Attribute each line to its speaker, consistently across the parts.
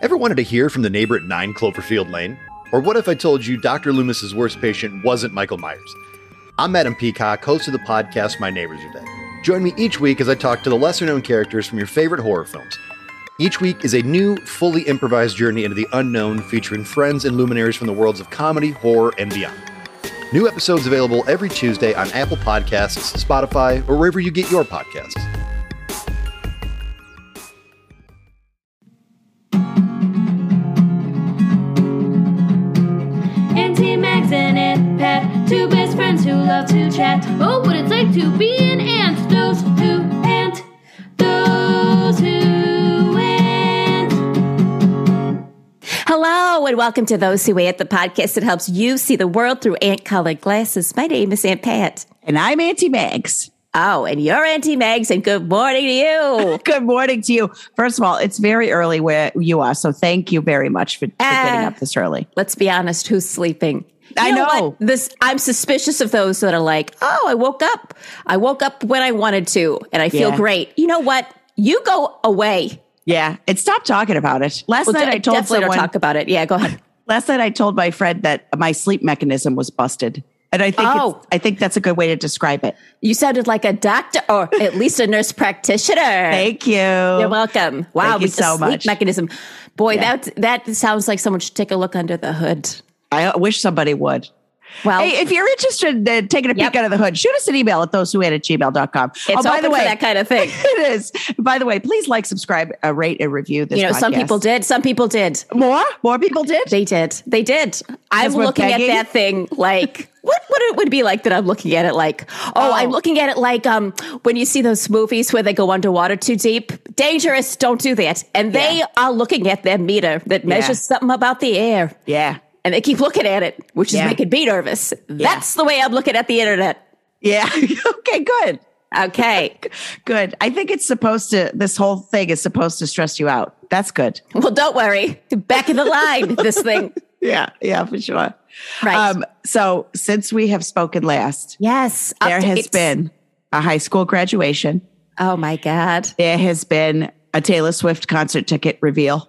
Speaker 1: Ever wanted to hear from the neighbor at 9 Cloverfield Lane? Or what if I told you Dr. Loomis's worst patient wasn't Michael Myers? I'm Adam Peacock, host of the podcast My Neighbors Are Dead. Join me each week as I talk to the lesser known characters from your favorite horror films. Each week is a new, fully improvised journey into the unknown featuring friends and luminaries from the worlds of comedy, horror, and beyond. New episodes available every Tuesday on Apple Podcasts, Spotify, or wherever you get your podcasts.
Speaker 2: Auntie Max and Aunt Pat, two best friends who love to chat. Oh, what it's like to be an ant. Those who ant, those who ant.
Speaker 3: Hello, and welcome to Those Who Ant, the podcast that helps you see the world through ant colored glasses. My name is Aunt Pat.
Speaker 4: And I'm Auntie Mags.
Speaker 3: Oh, and you're Auntie Megs, and good morning to you.
Speaker 4: Good morning to you. First of all, it's very early where you are. So thank you very much for, for getting
Speaker 3: Ah.
Speaker 4: up this early.
Speaker 3: Let's be honest, who's sleeping?
Speaker 4: I know.
Speaker 3: what? This I'm suspicious of those that are like, oh, I woke up. I woke up when I wanted to, and I feel
Speaker 4: Yeah.
Speaker 3: great. You know what? You go away.
Speaker 4: Yeah. And stop talking about it. Last
Speaker 3: Well,
Speaker 4: night I,
Speaker 3: de-
Speaker 4: told
Speaker 3: definitely
Speaker 4: someone,
Speaker 3: don't talk about it. Yeah, go ahead.
Speaker 4: last night I told my friend that my sleep mechanism was busted. And I think, it's-
Speaker 3: Oh.
Speaker 4: I think that's a good way to describe it.
Speaker 3: You sounded like a doctor, or at least a nurse practitioner.
Speaker 4: Thank you.
Speaker 3: You're welcome. Wow,
Speaker 4: Thank you
Speaker 3: with the
Speaker 4: so
Speaker 3: sleep
Speaker 4: much.
Speaker 3: mechanism. Boy, that that sounds like someone should take a look under the hood.
Speaker 4: I uh, wish somebody would.
Speaker 3: Well,
Speaker 4: Hey, if you're interested in uh, taking a
Speaker 3: Yep.
Speaker 4: peek under the hood, shoot us an email at those who at gmail.com.
Speaker 3: it's
Speaker 4: oh, by
Speaker 3: open
Speaker 4: the way,
Speaker 3: for that kind of thing.
Speaker 4: it is. By the way, please like, subscribe, uh, rate, and review this.
Speaker 3: You know, some
Speaker 4: podcast.
Speaker 3: people did. Some people did.
Speaker 4: More? More people did?
Speaker 3: They did. They did. I'm
Speaker 4: we're
Speaker 3: looking
Speaker 4: begging?
Speaker 3: at that thing like what what it would be like that I'm looking at it like. Oh, I'm looking at it like um when you see those movies where they go underwater too deep. Dangerous, don't do that. And they
Speaker 4: Yeah.
Speaker 3: are looking at their meter that measures something about the air.
Speaker 4: Yeah.
Speaker 3: And they keep looking at it, which
Speaker 4: Yeah.
Speaker 3: is making me nervous. That's the way I'm looking at the internet.
Speaker 4: Yeah. okay, good.
Speaker 3: Okay.
Speaker 4: Good. I think it's supposed to, this whole thing is supposed to stress you out. That's good.
Speaker 3: Well, don't worry. Back of the line, this thing.
Speaker 4: Yeah. Yeah, for sure.
Speaker 3: Right.
Speaker 4: Um, so since we have spoken last,
Speaker 3: yes.
Speaker 4: there has
Speaker 3: updates.
Speaker 4: been a high school graduation.
Speaker 3: Oh, my God.
Speaker 4: There has been a Taylor Swift concert ticket reveal.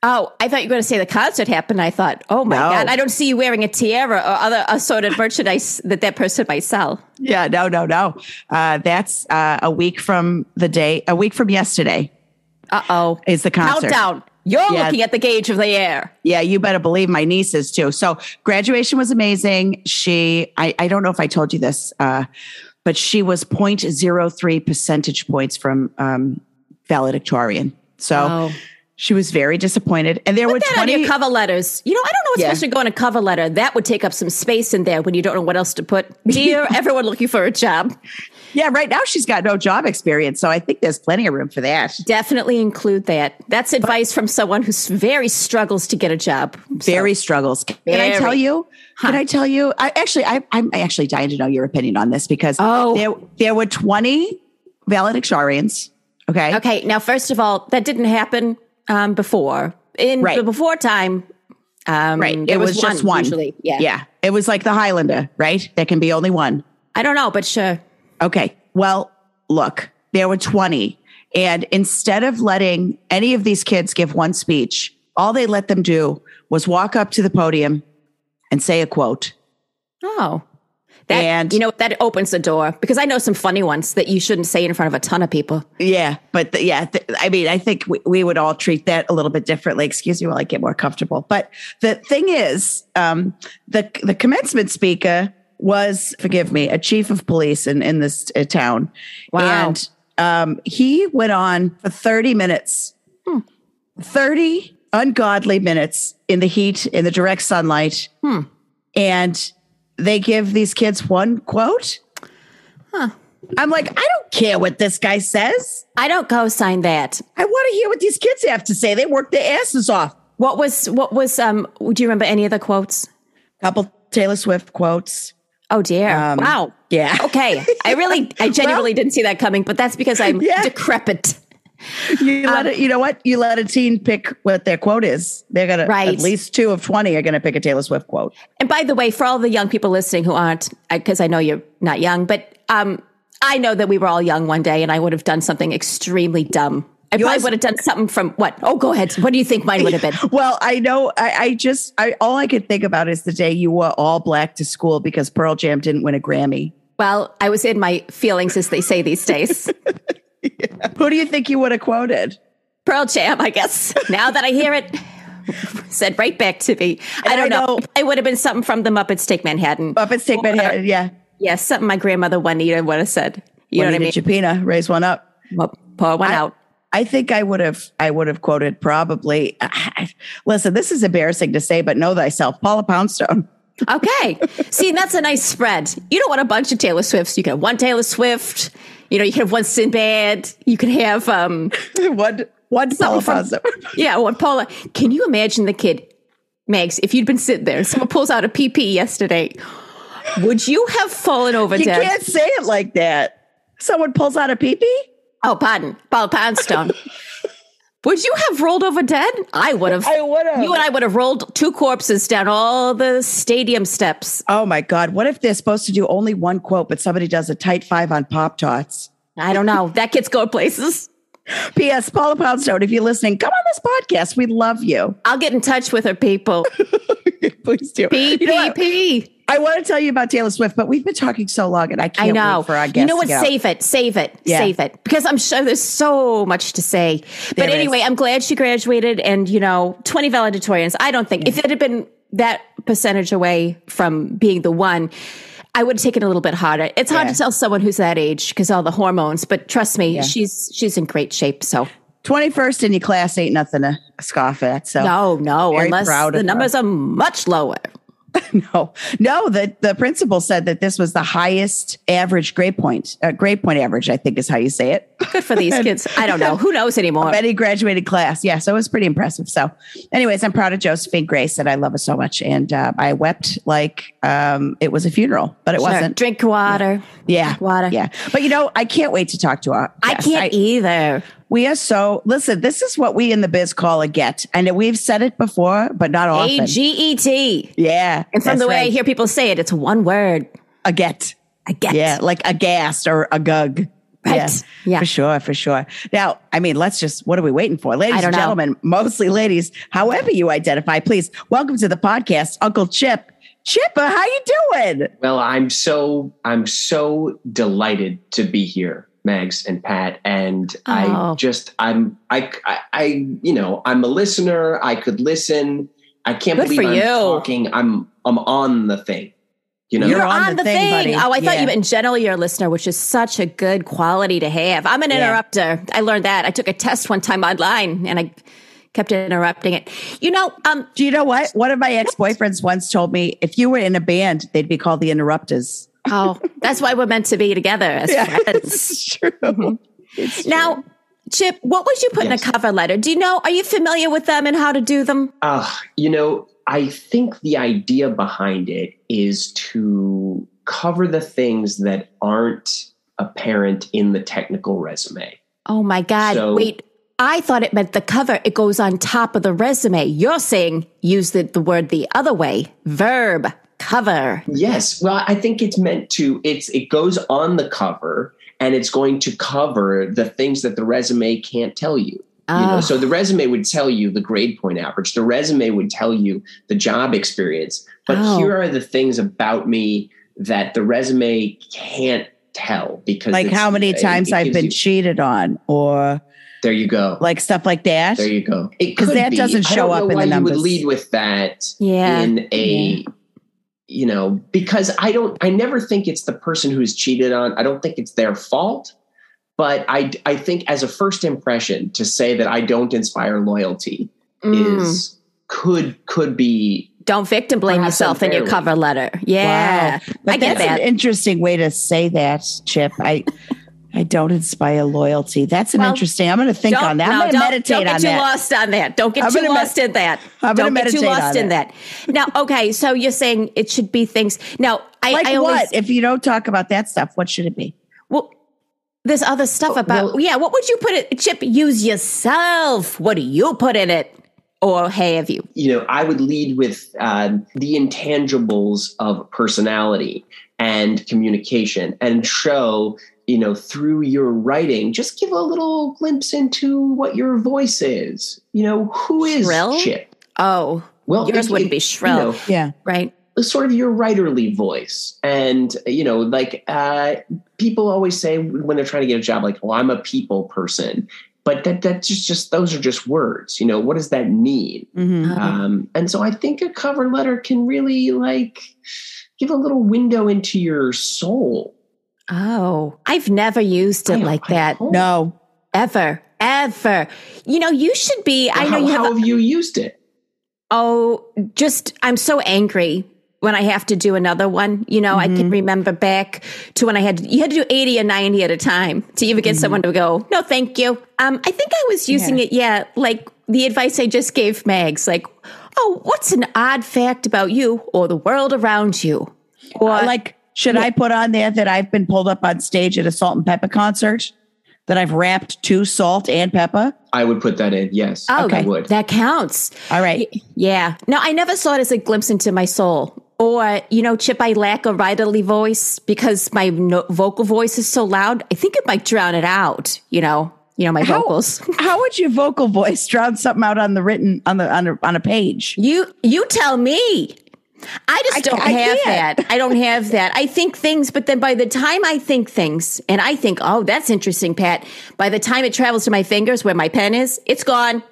Speaker 3: Oh, I thought you were going to say the concert happened. I thought, oh, my
Speaker 4: No.
Speaker 3: God, I don't see you wearing a tiara or other assorted merchandise that that person might sell.
Speaker 4: Yeah, no, no, no. Uh, that's uh, a week from the day, a week from yesterday
Speaker 3: Uh oh.
Speaker 4: is the concert.
Speaker 3: Countdown. You're
Speaker 4: Yeah.
Speaker 3: looking at the gauge of the air.
Speaker 4: Yeah, you better believe my niece is too. So graduation was amazing. She, I, I don't know if I told you this, uh, but she was 0.03 percentage points from um, valedictorian. So
Speaker 3: Oh.
Speaker 4: she was very disappointed. And there were
Speaker 3: Put that on
Speaker 4: 20,
Speaker 3: your cover letters. You know, I don't know what's
Speaker 4: Yeah.
Speaker 3: supposed to go in a cover letter. That would take up some space in there when you don't know what else to put. Dear everyone looking for a job,
Speaker 4: yeah, right now she's got no job experience. So I think there's plenty of room for that.
Speaker 3: definitely include that. That's advice from someone who very struggles to get a job. So-
Speaker 4: Very struggles. Can I
Speaker 3: Very.
Speaker 4: tell you? Can I tell you? I actually, I, I'm actually dying to know your opinion on this because
Speaker 3: Oh.
Speaker 4: there, there were 20 valedictorians. Okay.
Speaker 3: Okay, now first of all, that didn't happen um, before. In
Speaker 4: Right.
Speaker 3: the before time, um,
Speaker 4: Right.
Speaker 3: there
Speaker 4: it was, just one.
Speaker 3: Usually, yeah.
Speaker 4: Yeah. It was like the Highlander, right? There can be only one.
Speaker 3: I don't know, but sure.
Speaker 4: Okay. Well, look, there were 20. And instead of letting any of these kids give one speech, all they let them do was walk up to the podium and say a quote.
Speaker 3: Oh, that
Speaker 4: And-
Speaker 3: you know that opens the door because I know some funny ones that you shouldn't say in front of a ton of people.
Speaker 4: Yeah. But the, yeah, th- I mean, I think we, we would all treat that a little bit differently. Excuse me while I get more comfortable. But the thing is, um, the, the commencement speaker was, forgive me, a chief of police in, in this uh, town.
Speaker 3: Wow.
Speaker 4: And um, he went on for 30 minutes, 30 ungodly minutes in the heat, in the direct sunlight. And they give these kids one quote. I'm like, I don't care what this guy says.
Speaker 3: I don't co-sign that.
Speaker 4: I want to hear what these kids have to say. They work their asses off.
Speaker 3: What was what was um? Do you remember any of the quotes?
Speaker 4: Couple Taylor Swift quotes.
Speaker 3: Oh dear!
Speaker 4: Um,
Speaker 3: wow.
Speaker 4: yeah.
Speaker 3: Okay. I really, I genuinely didn't see that coming, but that's because I'm
Speaker 4: Yeah.
Speaker 3: decrepit.
Speaker 4: You
Speaker 3: Um,
Speaker 4: let it, you know what? You let a teen pick what their quote is. They're gonna
Speaker 3: Right.
Speaker 4: at least two of twenty are gonna pick a Taylor Swift quote.
Speaker 3: And by the way, for all the young people listening who aren't, because I, know you're not young, but um, I know that we were all young one day, and I would have done something extremely dumb I probably
Speaker 4: Yours-
Speaker 3: would have done something from what? Oh, go ahead. What do you think mine would have been?
Speaker 4: Well, I know. I, I just, I all I could think about is the day you wore all black to school because Pearl Jam didn't win a Grammy.
Speaker 3: Well, I was in my feelings, as they say these days.
Speaker 4: Who do you think you would have quoted?
Speaker 3: Pearl Jam, I guess. Now that I hear it, said right back to me. I
Speaker 4: And
Speaker 3: don't
Speaker 4: I
Speaker 3: know.
Speaker 4: know- Oh.
Speaker 3: It would have been something from the Muppets Take Manhattan.
Speaker 4: Muppets Take Manhattan. Yeah,
Speaker 3: Yes, something my grandmother Juanita would have said. uh, You know what I mean?
Speaker 4: Chapina, raise one up.
Speaker 3: Well, Pour one
Speaker 4: I-
Speaker 3: out.
Speaker 4: I think I would have I would have quoted probably listen, this is embarrassing to say, but know thyself, Paula Poundstone.
Speaker 3: Okay. See, that's a nice spread. You don't want a bunch of Taylor Swifts. You can have one Taylor Swift. You know, you can have one Sinbad. You can have, um,
Speaker 4: one one
Speaker 3: Something
Speaker 4: Paula
Speaker 3: from-
Speaker 4: Poundstone.
Speaker 3: yeah, one Paula. Can you imagine the kid, Megs, if you'd been sitting there, someone pulls out a PP yesterday, would you have fallen over
Speaker 4: You
Speaker 3: dead?
Speaker 4: can't say it like that. Someone pulls out a pee-pee?
Speaker 3: Oh, pardon. Paula Poundstone. would you have rolled over dead? I would have.
Speaker 4: I would have.
Speaker 3: You and I would have rolled two corpses down all the stadium steps.
Speaker 4: Oh my God. What if they're supposed to do only one quote, but somebody does a tight five on Pop Tarts?
Speaker 3: I don't know. That kid's going places.
Speaker 4: P.S. Paula Poundstone, if you're listening, come on this podcast. We love you.
Speaker 3: I'll get in touch with her people.
Speaker 4: Please do.
Speaker 3: P
Speaker 4: You know
Speaker 3: P
Speaker 4: what?
Speaker 3: P.
Speaker 4: I want to tell you about Taylor Swift, but we've been talking so long and I
Speaker 3: I
Speaker 4: can't
Speaker 3: know.
Speaker 4: wait for our guests.
Speaker 3: you know what?
Speaker 4: to go.
Speaker 3: Save it. Save it.
Speaker 4: Yeah.
Speaker 3: Save it. Because I'm sure there's so much to say.
Speaker 4: There
Speaker 3: but
Speaker 4: is.
Speaker 3: anyway, I'm glad she graduated and, you know, 20 valedictorians. I don't think if it had been that percentage away from being the one, I would have taken it a little bit harder. It's hard
Speaker 4: Yeah.
Speaker 3: to tell someone who's that age because all the hormones, but trust me,
Speaker 4: Yeah.
Speaker 3: she's she's in great shape. So
Speaker 4: 21st in your class ain't nothing to scoff at. So
Speaker 3: no, no,
Speaker 4: Very
Speaker 3: unless
Speaker 4: proud of
Speaker 3: the
Speaker 4: her.
Speaker 3: numbers are much lower.
Speaker 4: No, no. The the principal said that this was the highest average grade point. Uh, grade point average, I think, is how you say it.
Speaker 3: Good for these kids. I don't know. Who knows anymore?
Speaker 4: Betty graduated class. Yeah, so it was pretty impressive. So, anyways, I'm proud of Josephine Grace, and I love her so much. And uh, I wept like um, it was a funeral, but it
Speaker 3: Sure.
Speaker 4: wasn't.
Speaker 3: Drink water.
Speaker 4: yeah,
Speaker 3: drink water.
Speaker 4: Yeah, but you know, I can't wait to talk to her.
Speaker 3: I can't e-, either.
Speaker 4: We are so listen. This is what we in the biz call a get, and we've said it before, but not often.
Speaker 3: A G E T.
Speaker 4: yeah,
Speaker 3: And from
Speaker 4: that's
Speaker 3: the way I
Speaker 4: right.
Speaker 3: hear people say it, it's one word.
Speaker 4: a get.
Speaker 3: I get.
Speaker 4: Yeah, like aghast or a gug.
Speaker 3: Right.
Speaker 4: Yeah,
Speaker 3: Yeah.
Speaker 4: for sure, for sure. Now, I mean, let's just, what are we waiting for? Ladies
Speaker 3: I don't
Speaker 4: and
Speaker 3: know.
Speaker 4: gentlemen, mostly ladies, however you identify, please welcome to the podcast, Uncle Chip. Chippa, how you doing?
Speaker 5: Well, I'm so I'm so delighted to be here, Megs and Pat, and
Speaker 3: Oh.
Speaker 5: I just I'm I, I I you know I'm a listener. I could listen. I can't
Speaker 3: Good
Speaker 5: believe
Speaker 3: for
Speaker 5: I'm
Speaker 3: you.
Speaker 5: talking. I'm I'm on the thing. You know,
Speaker 3: You're,
Speaker 4: You're
Speaker 3: on, the thing.
Speaker 4: buddy.
Speaker 3: Oh, I thought
Speaker 4: Yeah.
Speaker 3: you meant in general you're a listener, which is such a good quality to have. I'm an
Speaker 4: Yeah.
Speaker 3: interrupter. I learned that. I took a test one time online and I kept interrupting it. You know, um,
Speaker 4: Do you know what? One of my ex boyfriends once told me if you were in a band, they'd be called the interrupters.
Speaker 3: oh, that's why we're meant to be together as friends.
Speaker 4: It's true.
Speaker 3: Now, Chip, what would you put
Speaker 5: Yes.
Speaker 3: in a cover letter? Do you know? Are you familiar with them and how to do them?
Speaker 5: Uh, you know, I think the idea behind it is to cover the things that aren't apparent in the technical resume.
Speaker 3: Oh my God.
Speaker 5: So-
Speaker 3: Wait, I thought it meant the cover. It goes on top of the resume. You're saying use the, the word the other way verb, cover.
Speaker 5: Yes. Well, I think it's meant to it's it goes on the cover and it's going to cover the things that the resume can't tell you. You know,
Speaker 3: Ah,
Speaker 5: so the resume would tell you the grade point average. The resume would tell you the job experience. But
Speaker 3: Oh.
Speaker 5: here are the things about me that the resume can't tell because
Speaker 4: Like
Speaker 5: it's-
Speaker 4: how many
Speaker 5: it-
Speaker 4: times
Speaker 5: it
Speaker 4: I've
Speaker 5: gives
Speaker 4: been
Speaker 5: you-
Speaker 4: cheated on or
Speaker 5: there you go.
Speaker 4: like stuff like that.
Speaker 5: there you go. It
Speaker 4: 'Cause
Speaker 5: could
Speaker 4: that
Speaker 5: be.
Speaker 4: doesn't
Speaker 5: I don't
Speaker 4: show
Speaker 5: know
Speaker 4: up in the
Speaker 5: why
Speaker 4: numbers.
Speaker 5: You would lead with that
Speaker 3: yeah.
Speaker 5: in a you know because i don't i never think it's the person who's cheated on i don't think it's their fault but i i think as a first impression to say that i don't inspire loyalty
Speaker 3: Mm.
Speaker 5: is could could be
Speaker 3: Don't victim blame
Speaker 5: Perhaps
Speaker 3: yourself in your
Speaker 5: unfairly.
Speaker 3: cover letter. Yeah.
Speaker 4: Wow. But
Speaker 3: I get
Speaker 4: that's
Speaker 3: that.
Speaker 4: an interesting way to say that, Chip. I I don't inspire loyalty. That's an
Speaker 3: Well,
Speaker 4: interesting. I'm going to think
Speaker 3: Don't-
Speaker 4: on that.
Speaker 3: no,
Speaker 4: I'm going to
Speaker 3: don't-
Speaker 4: meditate
Speaker 3: don't get
Speaker 4: on
Speaker 3: too
Speaker 4: that.
Speaker 3: lost on that. Don't get
Speaker 4: I'm
Speaker 3: too
Speaker 4: gonna med-
Speaker 3: lost in that.
Speaker 4: I'm gonna
Speaker 3: don't get too
Speaker 4: meditate on
Speaker 3: lost in
Speaker 4: it.
Speaker 3: that. Now, okay, so you're saying it should be things. Now, I,
Speaker 4: Like
Speaker 3: I
Speaker 4: what?
Speaker 3: always
Speaker 4: if you don't talk about that stuff, what should it be?
Speaker 3: Well, there's other stuff
Speaker 5: Oh,
Speaker 3: about yeah. What would you put it? Chip, use yourself. What do you put in it? Or have you?
Speaker 5: you know i would lead with uh, the intangibles of personality and communication and show you know, through your writing, just give a little glimpse into what your voice is. You know, who is
Speaker 3: Shrill?
Speaker 5: Chip?
Speaker 3: Oh,
Speaker 5: Well,
Speaker 3: yours
Speaker 5: it-
Speaker 3: wouldn't
Speaker 5: it-
Speaker 3: be shrill,
Speaker 5: you know,
Speaker 4: Yeah.
Speaker 3: right?
Speaker 5: sort of your writerly voice. And, you know, like uh, people always say when they're trying to get a job, like, oh, I'm a people person. But that that's just, just those are just words. You know, what does that mean?
Speaker 3: Uh,
Speaker 4: Mm-hmm.
Speaker 3: Uh-huh.
Speaker 5: Um, and so I think a cover letter can really like give a little window into your soul.
Speaker 3: Oh, I've never used it
Speaker 5: I-
Speaker 3: like
Speaker 5: I
Speaker 3: that
Speaker 5: hope-
Speaker 4: No.
Speaker 3: ever, ever. You know, you should be. I know
Speaker 5: how,
Speaker 3: you have.
Speaker 5: how have you used it?
Speaker 3: Oh, just I'm so angry when I have to do another one. You know, I can remember back to when I had you had to do 80 or 90 at a time to even get someone to go, "No, thank you." Um, I think I was using it yeah, like the advice I just gave Mags, like, "Oh, what's an odd fact about you or the world around you?" Or
Speaker 4: Like, should I put on there that I've been pulled up on stage at a salt and pepper concert? That I've wrapped two salt and pepper?
Speaker 5: I would put that in. Yes,
Speaker 3: oh,
Speaker 5: I would.
Speaker 3: that counts.
Speaker 4: All right.
Speaker 3: Yeah. No, I never saw it as a glimpse into my soul. Or, you know, Chip, I lack a writerly voice because my no- vocal voice is so loud. I think it might drown it out, you know, you know, my
Speaker 4: How-
Speaker 3: vocals.
Speaker 4: How would your vocal voice drown something out on the written on the on a, on a page?
Speaker 3: You you tell me. I just don't
Speaker 4: I
Speaker 3: have
Speaker 4: can't.
Speaker 3: that. I don't have that. I think things, but then by the time I think things and I think, oh, that's interesting, Pat. By the time it travels to my fingers where my pen is, it's gone.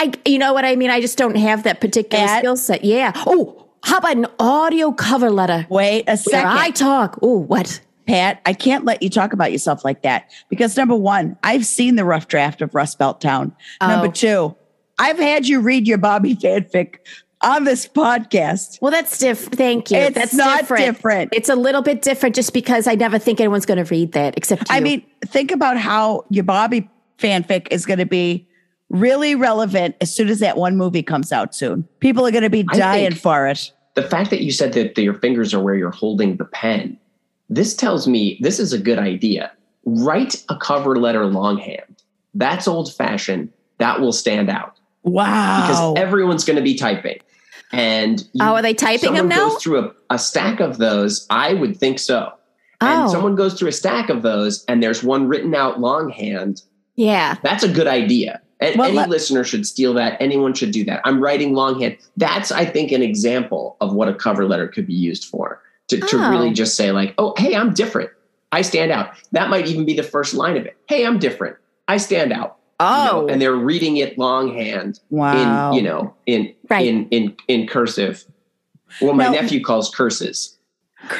Speaker 3: I, you know what I mean? I just don't have that particular
Speaker 4: Pat?
Speaker 3: skill set. Yeah. Oh, how about an audio cover letter
Speaker 4: Wait
Speaker 3: where
Speaker 4: a second.
Speaker 3: I talk? Oh, what?
Speaker 4: Pat, I can't let you talk about yourself like that because number one, I've seen the rough draft of Rust Belt Town.
Speaker 3: Oh.
Speaker 4: Number two, I've had you read your Bobby fanfic on this podcast.
Speaker 3: Well, that's different. Thank you.
Speaker 4: It's
Speaker 3: that's
Speaker 4: not
Speaker 3: different.
Speaker 4: different.
Speaker 3: It's a little bit different just because I never think anyone's going to read that except you.
Speaker 4: I mean, think about how your Bobby fanfic is going to be really relevant as soon as that one movie comes out soon. People are going to be
Speaker 5: I
Speaker 4: dying
Speaker 5: think-
Speaker 4: for it.
Speaker 5: the fact that you said that your fingers are where you're holding the pen, this tells me this is a good idea. Write a cover letter longhand. That's old fashioned. That will stand out because
Speaker 4: Wow.
Speaker 5: everyone's going to be typing. And you-
Speaker 3: oh, are they typing them
Speaker 5: someone
Speaker 3: now?
Speaker 5: goes through a, a stack of those, I would think so. And
Speaker 3: Oh.
Speaker 5: someone goes through a stack of those, and there's one written out longhand.
Speaker 3: yeah.
Speaker 5: That's a good idea. And
Speaker 4: Well,
Speaker 5: any
Speaker 4: let-
Speaker 5: listener should steal that. Anyone should do that. I'm writing longhand. That's, I think, an example of what a cover letter could be used for to, to
Speaker 3: Oh.
Speaker 5: really just say, like, oh, hey, I'm different. I stand out. That might even be the first line of it. Hey, I'm different. I stand out. You know,
Speaker 3: Oh.
Speaker 5: and they're reading it longhand
Speaker 4: wow.
Speaker 5: in you know in
Speaker 3: Right.
Speaker 5: in in in cursive. Well, my
Speaker 4: Now-
Speaker 5: nephew calls curses.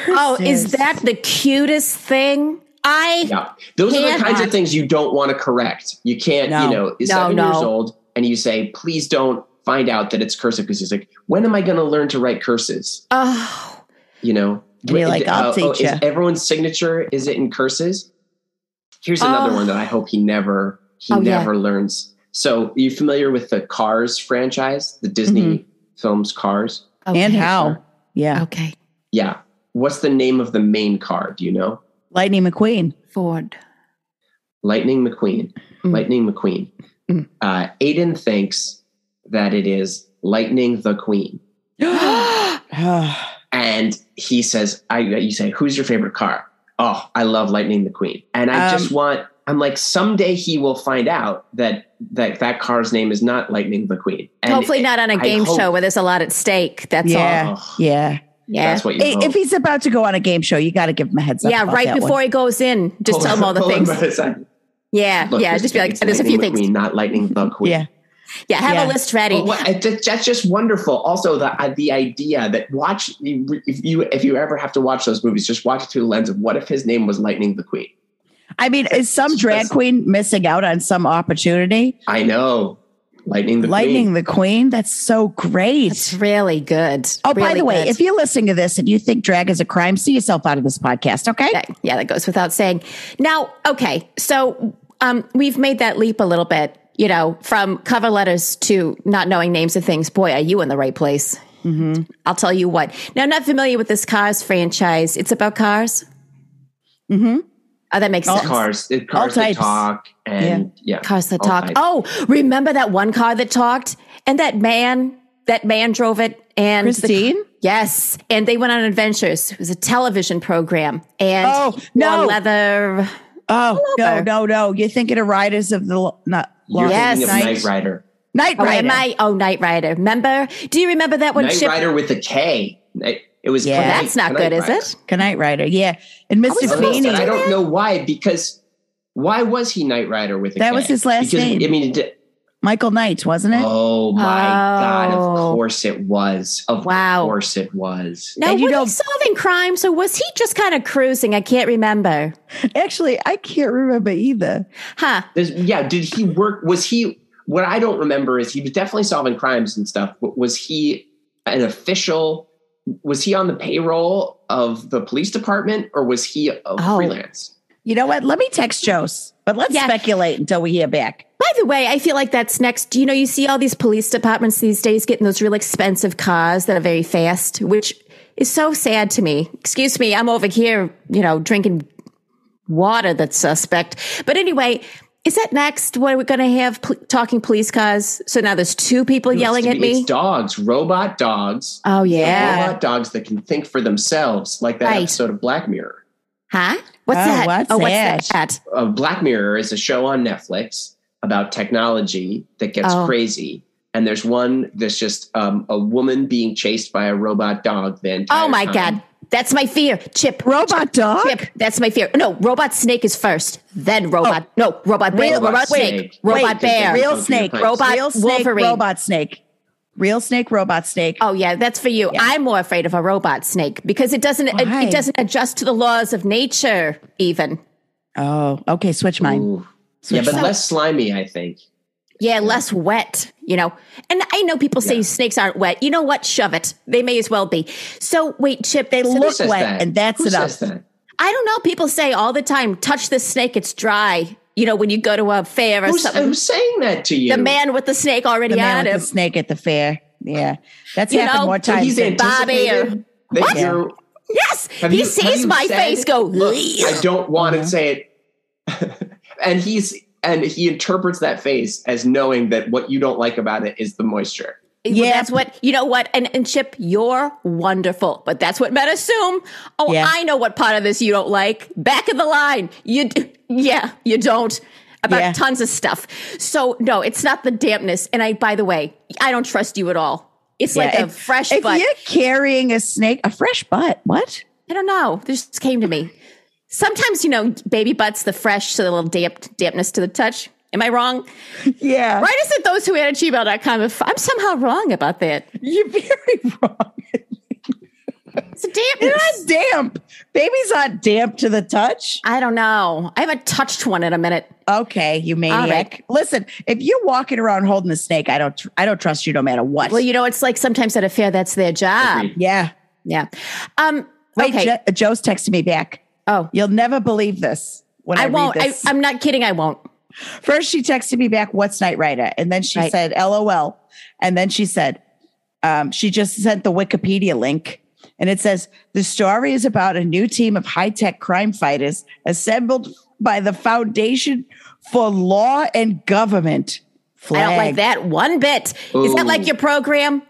Speaker 3: Oh, is that the cutest thing? I
Speaker 5: Yeah, those are the kinds
Speaker 3: Cannot.
Speaker 5: of things you don't want to correct. You can't.
Speaker 4: No.
Speaker 5: You know, is
Speaker 3: No,
Speaker 5: seven
Speaker 3: no.
Speaker 5: years old, and you say, "Please don't find out that it's cursive," because he's like, "When am I going to learn to write curses?"
Speaker 3: oh
Speaker 5: You know, uh, oh,
Speaker 4: And you're like, "I'll teach
Speaker 5: is
Speaker 4: ya."
Speaker 5: everyone's signature is it in curses? Here's another
Speaker 3: Oh.
Speaker 5: one
Speaker 4: Ah.
Speaker 5: that I hope he never he
Speaker 3: Oh, yeah.
Speaker 5: never learns. So, you familiar with the Cars franchise, the Disney
Speaker 4: Mm-hmm.
Speaker 5: films Cars?
Speaker 3: okay.
Speaker 4: and how? Yeah.
Speaker 5: Oh.
Speaker 3: Okay,
Speaker 5: Yeah. What's the name of the main car? Do you know?
Speaker 4: Lightning McQueen.
Speaker 3: Ford.
Speaker 5: Lightning McQueen.
Speaker 3: Mm.
Speaker 5: Lightning McQueen.
Speaker 3: Mm.
Speaker 5: Uh, Aiden thinks that it is Lightning the Queen.
Speaker 4: Ah.
Speaker 5: And he says, I, you say, who's your favorite car? Oh, I love Lightning the Queen. And I
Speaker 4: Um,
Speaker 5: just want, I'm like, someday he will find out that that, that car's name is not Lightning the Queen. And
Speaker 3: Hopefully not on a
Speaker 5: I
Speaker 3: game
Speaker 5: hope-
Speaker 3: show where there's a lot at stake. That's all.
Speaker 4: yeah.
Speaker 5: Oh.
Speaker 4: Yeah.
Speaker 3: Yeah.
Speaker 5: That's what you
Speaker 4: I-
Speaker 5: hope.
Speaker 4: If he's about to go on a game show, you got to give him a heads up.
Speaker 3: yeah,
Speaker 4: about
Speaker 3: right
Speaker 4: that
Speaker 3: before
Speaker 4: one.
Speaker 3: he goes in, just tell him all the
Speaker 5: Pull him
Speaker 3: things.
Speaker 5: aside.
Speaker 3: Yeah,
Speaker 5: Look,
Speaker 3: yeah.
Speaker 5: there's-
Speaker 3: Just be like,
Speaker 5: it's
Speaker 3: there's a few
Speaker 5: Lightning
Speaker 3: things.
Speaker 5: McQueen, not Lightning the Queen.
Speaker 4: Yeah.
Speaker 3: Yeah, have
Speaker 4: Yeah.
Speaker 3: a list ready.
Speaker 5: Well, Oh, what- that- that's just wonderful. Also, the uh, the idea that watch if you if you ever have to watch those movies, just watch it through the lens of what if his name was Lightning the Queen.
Speaker 4: I mean, is some drag
Speaker 5: That's-
Speaker 4: queen missing out on some opportunity?
Speaker 5: I know, Lightning the
Speaker 4: Lightning
Speaker 5: Queen.
Speaker 4: the Queen? That's so great.
Speaker 3: It's really good.
Speaker 4: oh, by
Speaker 3: Really
Speaker 4: the way,
Speaker 3: good.
Speaker 4: if you're listening to this and you think drag is a crime, see yourself out of this podcast, okay?
Speaker 3: that, yeah, that goes without saying. Now, okay, so um, we've made that leap a little bit, you know, from cover letters to not knowing names of things. Boy, are you in the right place?
Speaker 5: Mm-hmm.
Speaker 3: I'll tell you what. Now, I'm not familiar with this Cars franchise. It's about cars.
Speaker 4: Mm-hmm.
Speaker 3: Oh, that makes sense.
Speaker 5: Cars, it- cars
Speaker 4: All
Speaker 5: that
Speaker 4: types.
Speaker 5: talk, and yeah,
Speaker 3: Cars that
Speaker 5: all
Speaker 3: talk.
Speaker 5: types.
Speaker 3: Oh, remember that one car that talked, and that man, that man drove it, and the-
Speaker 4: Christine?
Speaker 3: yes, and they went on adventures. It was a television program, and
Speaker 4: Oh,
Speaker 3: he wore
Speaker 4: no.
Speaker 3: leather.
Speaker 4: Oh no,
Speaker 3: over.
Speaker 4: no, no! You're thinking of Riders of the Lo- not Lost
Speaker 5: You're
Speaker 3: Oh, Yes.
Speaker 5: thinking of Knight
Speaker 4: Night,
Speaker 5: Rider.
Speaker 4: Night
Speaker 3: Oh,
Speaker 4: Rider.
Speaker 3: am I? Oh, Knight Rider. Remember? Do you remember that one?
Speaker 5: Knight
Speaker 3: ship?
Speaker 5: Rider with a K. It it was
Speaker 4: Yeah.
Speaker 5: Knight-
Speaker 3: That's not
Speaker 5: Knight
Speaker 3: good, is
Speaker 5: Rider.
Speaker 3: it?
Speaker 4: Good Night Rider. Yeah, and Mr.
Speaker 3: was
Speaker 5: Almost,
Speaker 4: Feeney.
Speaker 5: and I don't know why because why was he Knight Rider with a
Speaker 4: That
Speaker 5: K?
Speaker 4: was his last
Speaker 5: because,
Speaker 4: name.
Speaker 5: I mean, it did-
Speaker 4: Michael Knight, wasn't it?
Speaker 5: oh my god!
Speaker 3: Oh.
Speaker 5: Of course it was. Of
Speaker 3: Wow.
Speaker 5: course it was.
Speaker 3: No,
Speaker 4: And you
Speaker 3: was
Speaker 4: know-
Speaker 3: he solving crimes or was he just kind of cruising? I can't remember.
Speaker 4: Actually, I can't remember either.
Speaker 3: Huh.
Speaker 5: There's, yeah, did he work? Was he? What I don't remember is he was definitely solving crimes and stuff. But was he an official? Was he on the payroll of the police department, or was he a
Speaker 3: Oh.
Speaker 5: freelance?
Speaker 4: You know what? Let me text Jose, but let's
Speaker 3: Yeah.
Speaker 4: speculate until we hear back.
Speaker 3: By the way, I feel like that's next. You know, you see all these police departments these days getting those real expensive cars that are very fast, which is so sad to me. Excuse me, I'm over here, you know, drinking water that's suspect. But anyway, is that next? What we're going to have pl- talking police cars? So now there's two people yelling at
Speaker 5: It's
Speaker 3: me.
Speaker 5: dogs, robot dogs,
Speaker 3: Oh yeah,
Speaker 5: robot dogs that can think for themselves, like that
Speaker 3: Right.
Speaker 5: episode of Black Mirror.
Speaker 3: huh? What's
Speaker 4: Oh,
Speaker 3: that?
Speaker 4: what's
Speaker 3: oh,
Speaker 4: that?
Speaker 3: what's that?
Speaker 5: uh, Black Mirror is a show on Netflix about technology that gets
Speaker 3: Oh.
Speaker 5: crazy. And there's one that's just um, a woman being chased by a robot dog. The entire
Speaker 3: Oh my
Speaker 5: time.
Speaker 3: god, that's my fear. Chip,
Speaker 4: Robot dog.
Speaker 3: Chip, that's my fear. No, robot snake is first, then robot. No, robot bear,
Speaker 4: Real-
Speaker 3: robot,
Speaker 5: Robot
Speaker 3: snake,
Speaker 5: snake.
Speaker 3: robot
Speaker 5: Wait,
Speaker 3: bear.
Speaker 5: real-
Speaker 4: Real
Speaker 5: Don't do
Speaker 4: snake,
Speaker 5: your pipes.
Speaker 4: robot real snake,
Speaker 3: Wolverine.
Speaker 4: robot snake, real snake, robot snake.
Speaker 3: oh yeah, that's for you.
Speaker 4: Yeah.
Speaker 3: I'm more afraid of a robot snake because it doesn't it,
Speaker 4: Why?
Speaker 3: it doesn't adjust to the laws of nature. Even
Speaker 4: Oh, okay. Switch mine.
Speaker 5: Ooh. Yeah,
Speaker 4: Switch
Speaker 5: but
Speaker 4: mine.
Speaker 5: less slimy, I think.
Speaker 3: yeah, less wet. You know, and I know people say
Speaker 5: Yeah.
Speaker 3: snakes aren't wet. You know what? Shove it. They may as well be. So wait, Chip, they
Speaker 5: Who
Speaker 3: look.
Speaker 5: says
Speaker 4: wet,
Speaker 5: that?
Speaker 4: and that's
Speaker 5: Who
Speaker 4: enough.
Speaker 5: says that?
Speaker 3: I don't know. People say all the time, touch the snake, it's dry. You know, when you go to a fair or
Speaker 5: Who's,
Speaker 3: something.
Speaker 5: who's saying that to you?
Speaker 3: The man with the snake already
Speaker 4: the man
Speaker 3: on
Speaker 4: with
Speaker 3: him.
Speaker 4: the snake at the fair. Yeah, that's
Speaker 3: You
Speaker 4: happened
Speaker 3: know,
Speaker 4: more
Speaker 3: so
Speaker 5: So
Speaker 4: times.
Speaker 5: he's
Speaker 4: than-
Speaker 3: Bobby or-
Speaker 5: anticipated that
Speaker 3: What?
Speaker 5: you're-
Speaker 3: Yes,
Speaker 5: have
Speaker 3: he
Speaker 5: you- have
Speaker 3: sees
Speaker 5: you
Speaker 3: my
Speaker 5: said-
Speaker 3: face go.
Speaker 5: Look, I don't want
Speaker 4: Uh-huh.
Speaker 5: to say it. and he's and he interprets that face as knowing that what you don't like about it is the moisture.
Speaker 3: Yeah,
Speaker 4: Yeah.
Speaker 3: that's what you know. What and, and Chip, you're wonderful, but that's what men assume. Oh,
Speaker 4: Yeah.
Speaker 3: I know what part of this you don't like. Back of the line, you d- yeah, you don't about
Speaker 4: Yeah.
Speaker 3: tons of stuff. So no, it's not the dampness. And I, by the way, I don't trust you at all. It's
Speaker 4: Yeah,
Speaker 3: like a
Speaker 4: if-
Speaker 3: fresh
Speaker 4: If
Speaker 3: butt.
Speaker 4: you're carrying a snake, a fresh butt, what?
Speaker 3: I don't know. This just came to me. Sometimes you know, baby butts the fresh, so the little damp dampness to the touch. Am I wrong?
Speaker 4: Yeah,
Speaker 3: Write us at those who at gmail.com if I'm somehow wrong about that.
Speaker 4: You're very wrong.
Speaker 3: It's a
Speaker 4: They're
Speaker 3: dampness.
Speaker 4: not damp. Babies aren't damp to the touch.
Speaker 3: I don't know. I haven't touched one in a minute.
Speaker 4: Okay, you maniac.
Speaker 3: right.
Speaker 4: Listen, if you're walking around holding a snake, I don't. Tr- I don't trust you, no matter what.
Speaker 3: Well, you know, it's like sometimes at a fair, that's their job.
Speaker 5: Agreed.
Speaker 4: yeah.
Speaker 3: Yeah. Um,
Speaker 4: Wait,
Speaker 3: okay.
Speaker 4: Jo- Joe's texting me back.
Speaker 3: oh,
Speaker 4: You'll never believe this. When I,
Speaker 3: I won't.
Speaker 4: Read
Speaker 3: I,
Speaker 4: this.
Speaker 3: I'm not kidding. I won't.
Speaker 4: First, she texted me back, "What's Night Rider?" And then she
Speaker 3: Right.
Speaker 4: said, "LOL." And then she said, um, "She just sent the Wikipedia link." And it says the story is about a new team of high tech crime fighters assembled by the Foundation for Law and Government. Flag.
Speaker 3: I don't like that one bit. Is that
Speaker 5: Ooh.
Speaker 3: like your program,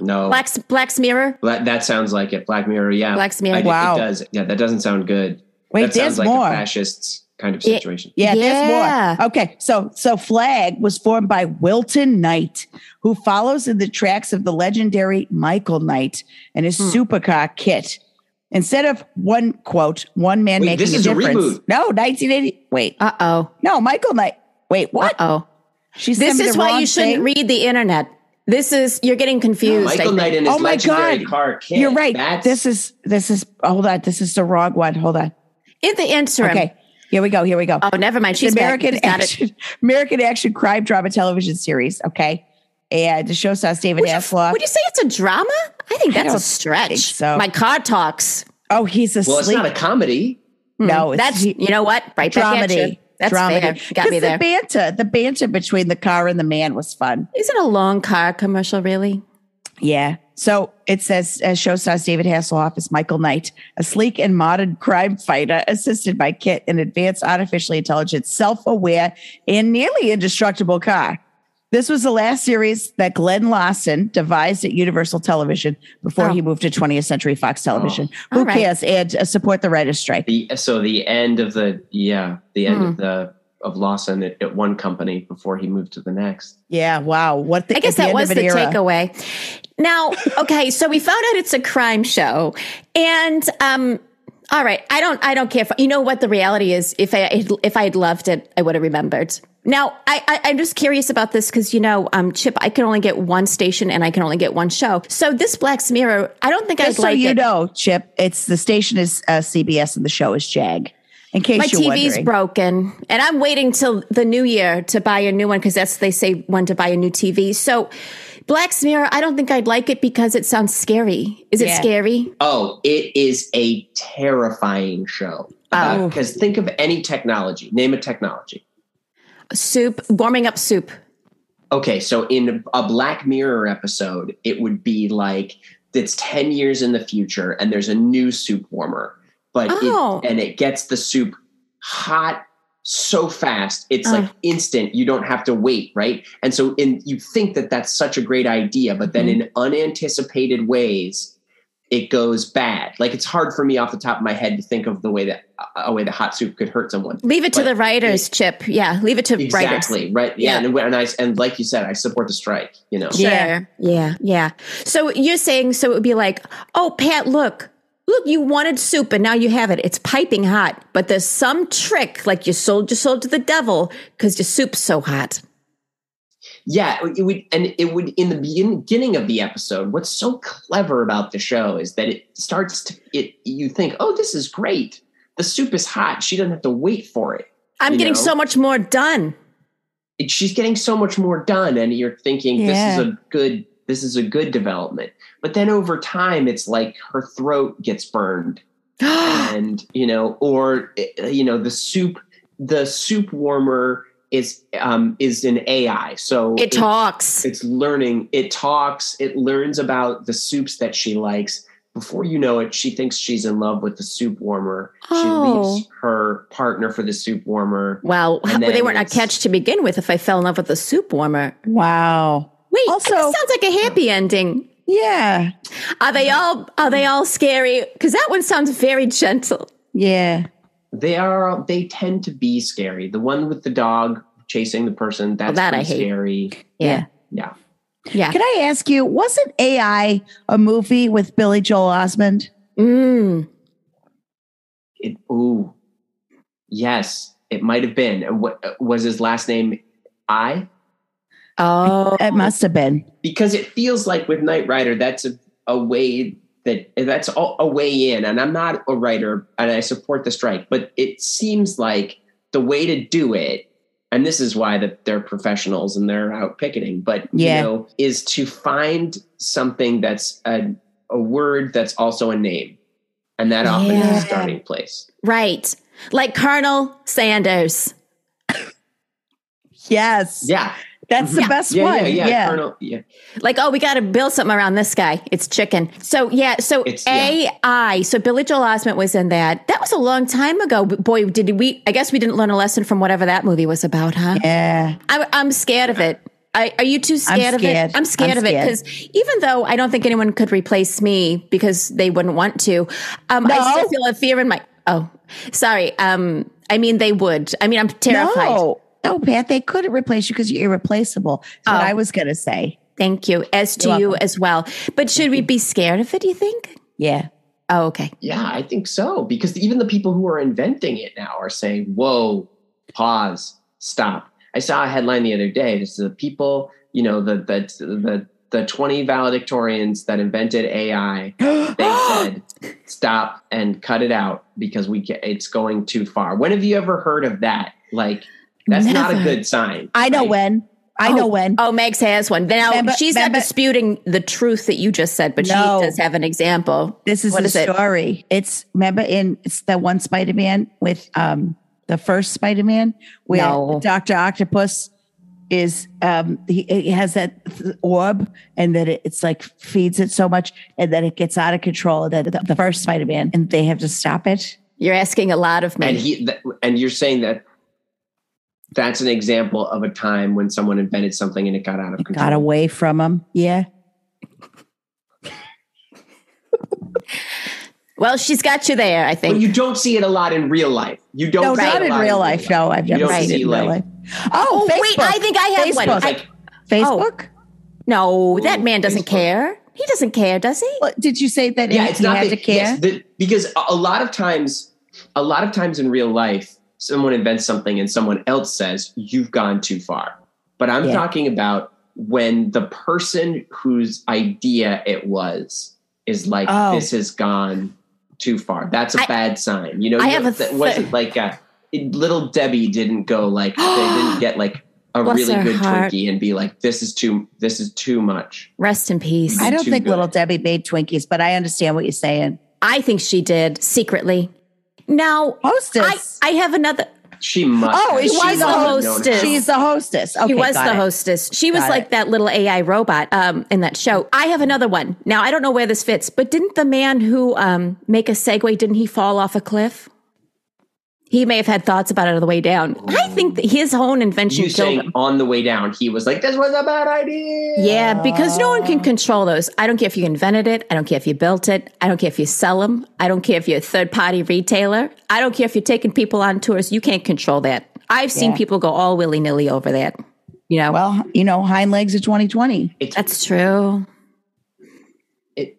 Speaker 5: No.
Speaker 3: Black's, Black's Mirror?
Speaker 5: That, that sounds like it. Black Mirror, yeah.
Speaker 3: Black Mirror.
Speaker 5: I- it
Speaker 4: Wow.
Speaker 5: does. Yeah, that doesn't sound good.
Speaker 4: Wait,
Speaker 5: that
Speaker 4: there's
Speaker 5: sounds like
Speaker 4: more.
Speaker 5: a fascist kind of
Speaker 3: Yeah.
Speaker 5: situation.
Speaker 4: Yeah,
Speaker 3: Yeah.
Speaker 4: there's more. Okay, so so Flag was formed by Wilton Knight, who follows in the tracks of the legendary Michael Knight and
Speaker 3: Hmm.
Speaker 4: his supercar kit. Instead of one quote, one man
Speaker 5: Wait,
Speaker 4: making
Speaker 5: this
Speaker 4: a
Speaker 5: is a
Speaker 4: difference.
Speaker 5: reboot.
Speaker 4: No, 1980. Wait,
Speaker 3: Uh oh.
Speaker 4: no, Michael Knight. Wait, what?
Speaker 3: Uh oh.
Speaker 4: She sent
Speaker 3: This
Speaker 4: me
Speaker 3: is
Speaker 4: the
Speaker 3: why
Speaker 4: wrong
Speaker 3: you shouldn't
Speaker 4: thing.
Speaker 3: read the internet. This is, you're getting confused. I
Speaker 5: Michael
Speaker 3: think.
Speaker 5: Knight and his
Speaker 4: Oh my
Speaker 5: legendary
Speaker 4: God.
Speaker 5: car kid.
Speaker 4: You're right.
Speaker 5: That's,
Speaker 4: This is this is. Hold on, this is the wrong one. Hold on.
Speaker 3: In the interim.
Speaker 4: Okay, here we go. Here we go.
Speaker 3: Oh, never mind. She's
Speaker 4: It's
Speaker 3: back.
Speaker 4: American
Speaker 3: She's got it.
Speaker 4: action, American action crime drama television series. Okay, and the show stars David
Speaker 3: Would you,
Speaker 4: Hasselhoff.
Speaker 3: would you say it's a drama? I think that's
Speaker 4: don't
Speaker 3: a stretch.
Speaker 4: think so.
Speaker 3: My car talks.
Speaker 4: oh, he's asleep.
Speaker 5: well, it's not a comedy.
Speaker 4: no, it's
Speaker 3: That's you know what, right back at you.
Speaker 4: dramedy.
Speaker 3: That's fair.
Speaker 4: dramedy.
Speaker 3: Got me
Speaker 4: 'Cause
Speaker 3: there.
Speaker 4: The banter, the banter between the car and the man was fun.
Speaker 3: Isn't a long car commercial really?
Speaker 4: Yeah. So it says, as show stars David Hasselhoff as Michael Knight, a sleek and modern crime fighter assisted by Kit, an advanced artificially intelligent, self aware, and nearly indestructible car. This was the last series that Glenn Lawson devised at Universal Television before
Speaker 3: Oh.
Speaker 4: he moved to 20th Century Fox Television.
Speaker 3: All
Speaker 4: Who
Speaker 3: right.
Speaker 4: cares? And uh, support the writer's strike.
Speaker 5: The so the end of the yeah the end
Speaker 4: Hmm.
Speaker 5: of the of Lawson at, at one company before he moved to the next.
Speaker 4: Yeah, wow. What the,
Speaker 3: I guess
Speaker 4: at the
Speaker 3: that
Speaker 4: end
Speaker 3: was
Speaker 4: of
Speaker 3: the
Speaker 4: an era.
Speaker 3: takeaway. Now, okay, so we found out it's a crime show, and um, all right, I don't, I don't care. For, you know what the reality is? If I, if I had loved it, I would have remembered. Now, I, I, I'm just curious about this because you know, um, Chip, I can only get one station and I can only get one show. So this Black Mirror, I don't think
Speaker 4: Just
Speaker 3: I'd
Speaker 4: so
Speaker 3: like
Speaker 4: you
Speaker 3: it.
Speaker 4: know, Chip, it's the station is uh, CBS and the show is JAG. In case
Speaker 3: My
Speaker 4: you're
Speaker 3: TV's
Speaker 4: wondering.
Speaker 3: broken, and I'm waiting till the new year to buy a new one because that's they say when to buy a new TV. So, Black Mirror, I don't think I'd like it because it sounds scary. Is it
Speaker 4: Yeah.
Speaker 3: scary?
Speaker 5: Oh, it is a terrifying show.
Speaker 3: Oh.
Speaker 5: Because think of any technology, name a technology.
Speaker 3: Soup, warming up soup.
Speaker 5: Okay, so in a Black Mirror episode, it would be like it's 10 years in the future and there's a new soup warmer, but
Speaker 3: Oh.
Speaker 5: it, and it gets the soup hot so fast it's like instant you don't have to wait right and so in you think that that's such a great idea but
Speaker 3: Mm-hmm.
Speaker 5: then in unanticipated ways it goes bad like it's hard for me off the top of my head to think of the way that a way that hot soup could hurt someone
Speaker 3: Leave it to
Speaker 5: But
Speaker 3: the writers, Chip. Yeah, leave it to writers.
Speaker 5: exactly right yeah,
Speaker 3: Yeah.
Speaker 5: And, when I, and like you said i support the strike you know
Speaker 4: Yeah.
Speaker 3: Sure. Yeah, yeah. So you're saying so it would be like, oh, Pat, look, look, you wanted soup and now you have it. It's piping hot, but there's some trick, like you sold your soul to the devil because your soup's so hot.
Speaker 5: Yeah, it would, and it would in the begin- beginning of the episode. What's so clever about the show is that it starts to it. You think, oh, this is great. The soup is hot. She doesn't have to wait for it.
Speaker 3: I'm
Speaker 5: You
Speaker 3: getting
Speaker 5: know?
Speaker 3: so much more done.
Speaker 5: It- She's getting so much more done, and you're thinking,
Speaker 4: Yeah.
Speaker 5: this is a good. This is a good development. But then over time, it's like her throat gets burned, and you know, or uh, you know, the soup. The soup warmer is um is an AI, so
Speaker 3: It
Speaker 5: it's-
Speaker 3: talks.
Speaker 5: it's learning it talks it learns about the soups that she likes before you know it she thinks she's in love with the soup warmer
Speaker 3: Oh.
Speaker 5: she leaves her partner for the soup warmer
Speaker 3: Wow,
Speaker 5: And
Speaker 3: they
Speaker 5: then
Speaker 3: weren't a
Speaker 5: it's-
Speaker 3: catch to begin with if I fell in love with the soup warmer.
Speaker 4: Wow.
Speaker 3: Wait,
Speaker 4: Also-
Speaker 3: also, sounds like a happy
Speaker 5: Oh.
Speaker 3: ending.
Speaker 4: Yeah.
Speaker 3: Are they all are they all scary? Because that one sounds very gentle.
Speaker 4: Yeah.
Speaker 5: they are they tend to be scary the one with the dog chasing the person that's
Speaker 3: that I
Speaker 5: pretty
Speaker 3: hate.
Speaker 5: scary
Speaker 3: Yeah.
Speaker 5: yeah
Speaker 3: Yeah.
Speaker 4: Can I ask you, wasn't AI a movie with Billy Joel Osmond?
Speaker 3: Mm.
Speaker 5: it ooh yes it might have been And what uh, was his last name i
Speaker 3: Oh,
Speaker 4: It must have been.
Speaker 5: because it feels like with Knight Rider, that's a, a way that that's all, a way in. And I'm not a writer, and I support the strike, but it seems like the way to do it, and this is why that they're professionals and they're out picketing, but
Speaker 4: Yeah.
Speaker 5: you know, is to find something that's a, a word that's also a name, and that often
Speaker 3: Yeah.
Speaker 5: is a starting place.
Speaker 3: right. Like Colonel Sanders.
Speaker 4: Yes.
Speaker 5: Yeah,
Speaker 4: That's the
Speaker 3: Yeah.
Speaker 4: best
Speaker 5: yeah,
Speaker 4: one.
Speaker 5: yeah,
Speaker 4: Yeah.
Speaker 5: yeah, Colonel, yeah.
Speaker 3: Like, oh, we got to build something around this guy. It's chicken. So yeah. So
Speaker 5: It's- yeah.
Speaker 3: AI. So Billy Joel Osment was in that. That was a long time ago. But Boy, did we? I guess we didn't learn a lesson from whatever that movie was about, huh?
Speaker 4: Yeah.
Speaker 3: I, I'm scared of it. I, are you too scared, of
Speaker 4: scared.
Speaker 3: it? I'm scared
Speaker 4: I'm
Speaker 3: of it
Speaker 4: scared.
Speaker 3: because even though I don't think anyone could replace me because they wouldn't want to, um, I
Speaker 4: No.
Speaker 3: still feel a fear in my. Oh, sorry. Um, I mean they would. I mean I'm terrified.
Speaker 4: No. No, Pat, they couldn't replace you because you're irreplaceable. That's what I was going to say.
Speaker 3: Thank you. As to
Speaker 4: You're
Speaker 3: you
Speaker 4: welcome.
Speaker 3: as well. But should we be scared of it? Do you think?
Speaker 4: Yeah.
Speaker 3: Oh, okay.
Speaker 5: Yeah, I think so because even the people who are inventing it now are saying, "Whoa, pause, stop." I saw a headline the other day. This is the people, you know, the the the the twenty valedictorians that invented AI. They said, "Stop and cut it out because we ca it's going too far." When have you ever heard of that? Like, that's not a
Speaker 3: Never.
Speaker 5: good sign.
Speaker 4: I know
Speaker 5: right?
Speaker 4: when. I know when.
Speaker 3: Oh, Megs has one. Now
Speaker 4: Remember-
Speaker 3: she's
Speaker 4: remember-
Speaker 3: not disputing the truth that you just said, but
Speaker 4: No.
Speaker 3: she does have an example.
Speaker 4: This is
Speaker 3: What
Speaker 4: the
Speaker 3: is it?
Speaker 4: story. It's remember in it's the one Spider Man with um the first Spider Man where
Speaker 3: No.
Speaker 4: Doctor Octopus is um he, he has that th- orb and then it, it's like feeds it so much and then it gets out of control that the, the first Spider Man and they have to stop it.
Speaker 3: You're asking a lot of me.
Speaker 5: And he th- and you're saying that that's an example of a time when someone invented something and it got out of control.
Speaker 4: Got away from them. Yeah.
Speaker 3: Well, she's got you there, I
Speaker 5: But
Speaker 3: think.
Speaker 5: you don't see it a lot in real life. You don't.
Speaker 4: No,
Speaker 5: see it
Speaker 4: not
Speaker 5: a
Speaker 4: in
Speaker 5: lot
Speaker 4: real life. No, I've
Speaker 5: You
Speaker 4: never
Speaker 5: don't
Speaker 4: seen it
Speaker 5: see
Speaker 4: in real life.
Speaker 5: like
Speaker 4: Oh,
Speaker 3: wait, I oh. think I have one.
Speaker 4: Facebook.
Speaker 3: I-
Speaker 5: like
Speaker 4: Facebook.
Speaker 3: no, that
Speaker 5: Ooh,
Speaker 3: man doesn't
Speaker 5: Facebook.
Speaker 3: care. He doesn't care, does he?
Speaker 4: Well, Did you say that?
Speaker 5: yeah,
Speaker 4: he-
Speaker 5: it's
Speaker 4: he
Speaker 5: not
Speaker 4: had
Speaker 5: the,
Speaker 4: to care.
Speaker 5: yes, the- because a- a lot of times, a lot of times in real life, someone invents something and someone else says you've gone too far. But I'm
Speaker 4: Yeah.
Speaker 5: talking about when the person whose idea it was is like,
Speaker 4: Oh.
Speaker 5: this has gone too far. That's a
Speaker 3: I-
Speaker 5: bad sign. You know,
Speaker 3: I
Speaker 5: you
Speaker 3: have
Speaker 5: know,
Speaker 3: a
Speaker 5: that
Speaker 3: th-
Speaker 5: wasn't like a it- little Debbie didn't go like they didn't get like a
Speaker 3: Bless
Speaker 5: really
Speaker 3: her
Speaker 5: good
Speaker 3: heart.
Speaker 5: Twinkie and be like, this is too this is too much.
Speaker 3: Rest in peace.
Speaker 4: I
Speaker 3: I,
Speaker 4: don't
Speaker 5: too
Speaker 4: think
Speaker 5: good.
Speaker 4: Little Debbie made Twinkies, but I understand what you're saying.
Speaker 3: think she did secretly. Now, I,
Speaker 4: Hostess.
Speaker 3: I have another.
Speaker 5: She must.
Speaker 4: Oh,
Speaker 5: have-
Speaker 4: is
Speaker 5: she
Speaker 4: she
Speaker 5: must
Speaker 4: the
Speaker 5: have known
Speaker 3: hostess?
Speaker 5: how-
Speaker 4: She's the hostess. Okay,
Speaker 3: she was
Speaker 4: got
Speaker 3: the
Speaker 4: it.
Speaker 3: hostess. She was
Speaker 4: Got
Speaker 3: like
Speaker 4: it.
Speaker 3: that little AI robot um, in that show. I have another one. Now, I don't know where this fits, but didn't the man who um, make a segue, didn't he fall off a cliff? He may have had thoughts about it on the way down. I think that his own invention
Speaker 5: you
Speaker 3: killed
Speaker 5: saying
Speaker 3: him.
Speaker 5: on the way down, he was like, "This was a bad idea."
Speaker 3: Yeah, because no one can control those. I don't care if you invented it. I don't care if you built it. I don't care if you sell them. I don't care if you're a third party retailer. I don't care if you're taking people on tours. You can't control that. I've seen
Speaker 4: Yeah.
Speaker 3: people go all willy nilly over that. You know,
Speaker 4: Well, you know, hind legs of 2020.
Speaker 5: It's
Speaker 3: that's true.
Speaker 5: it,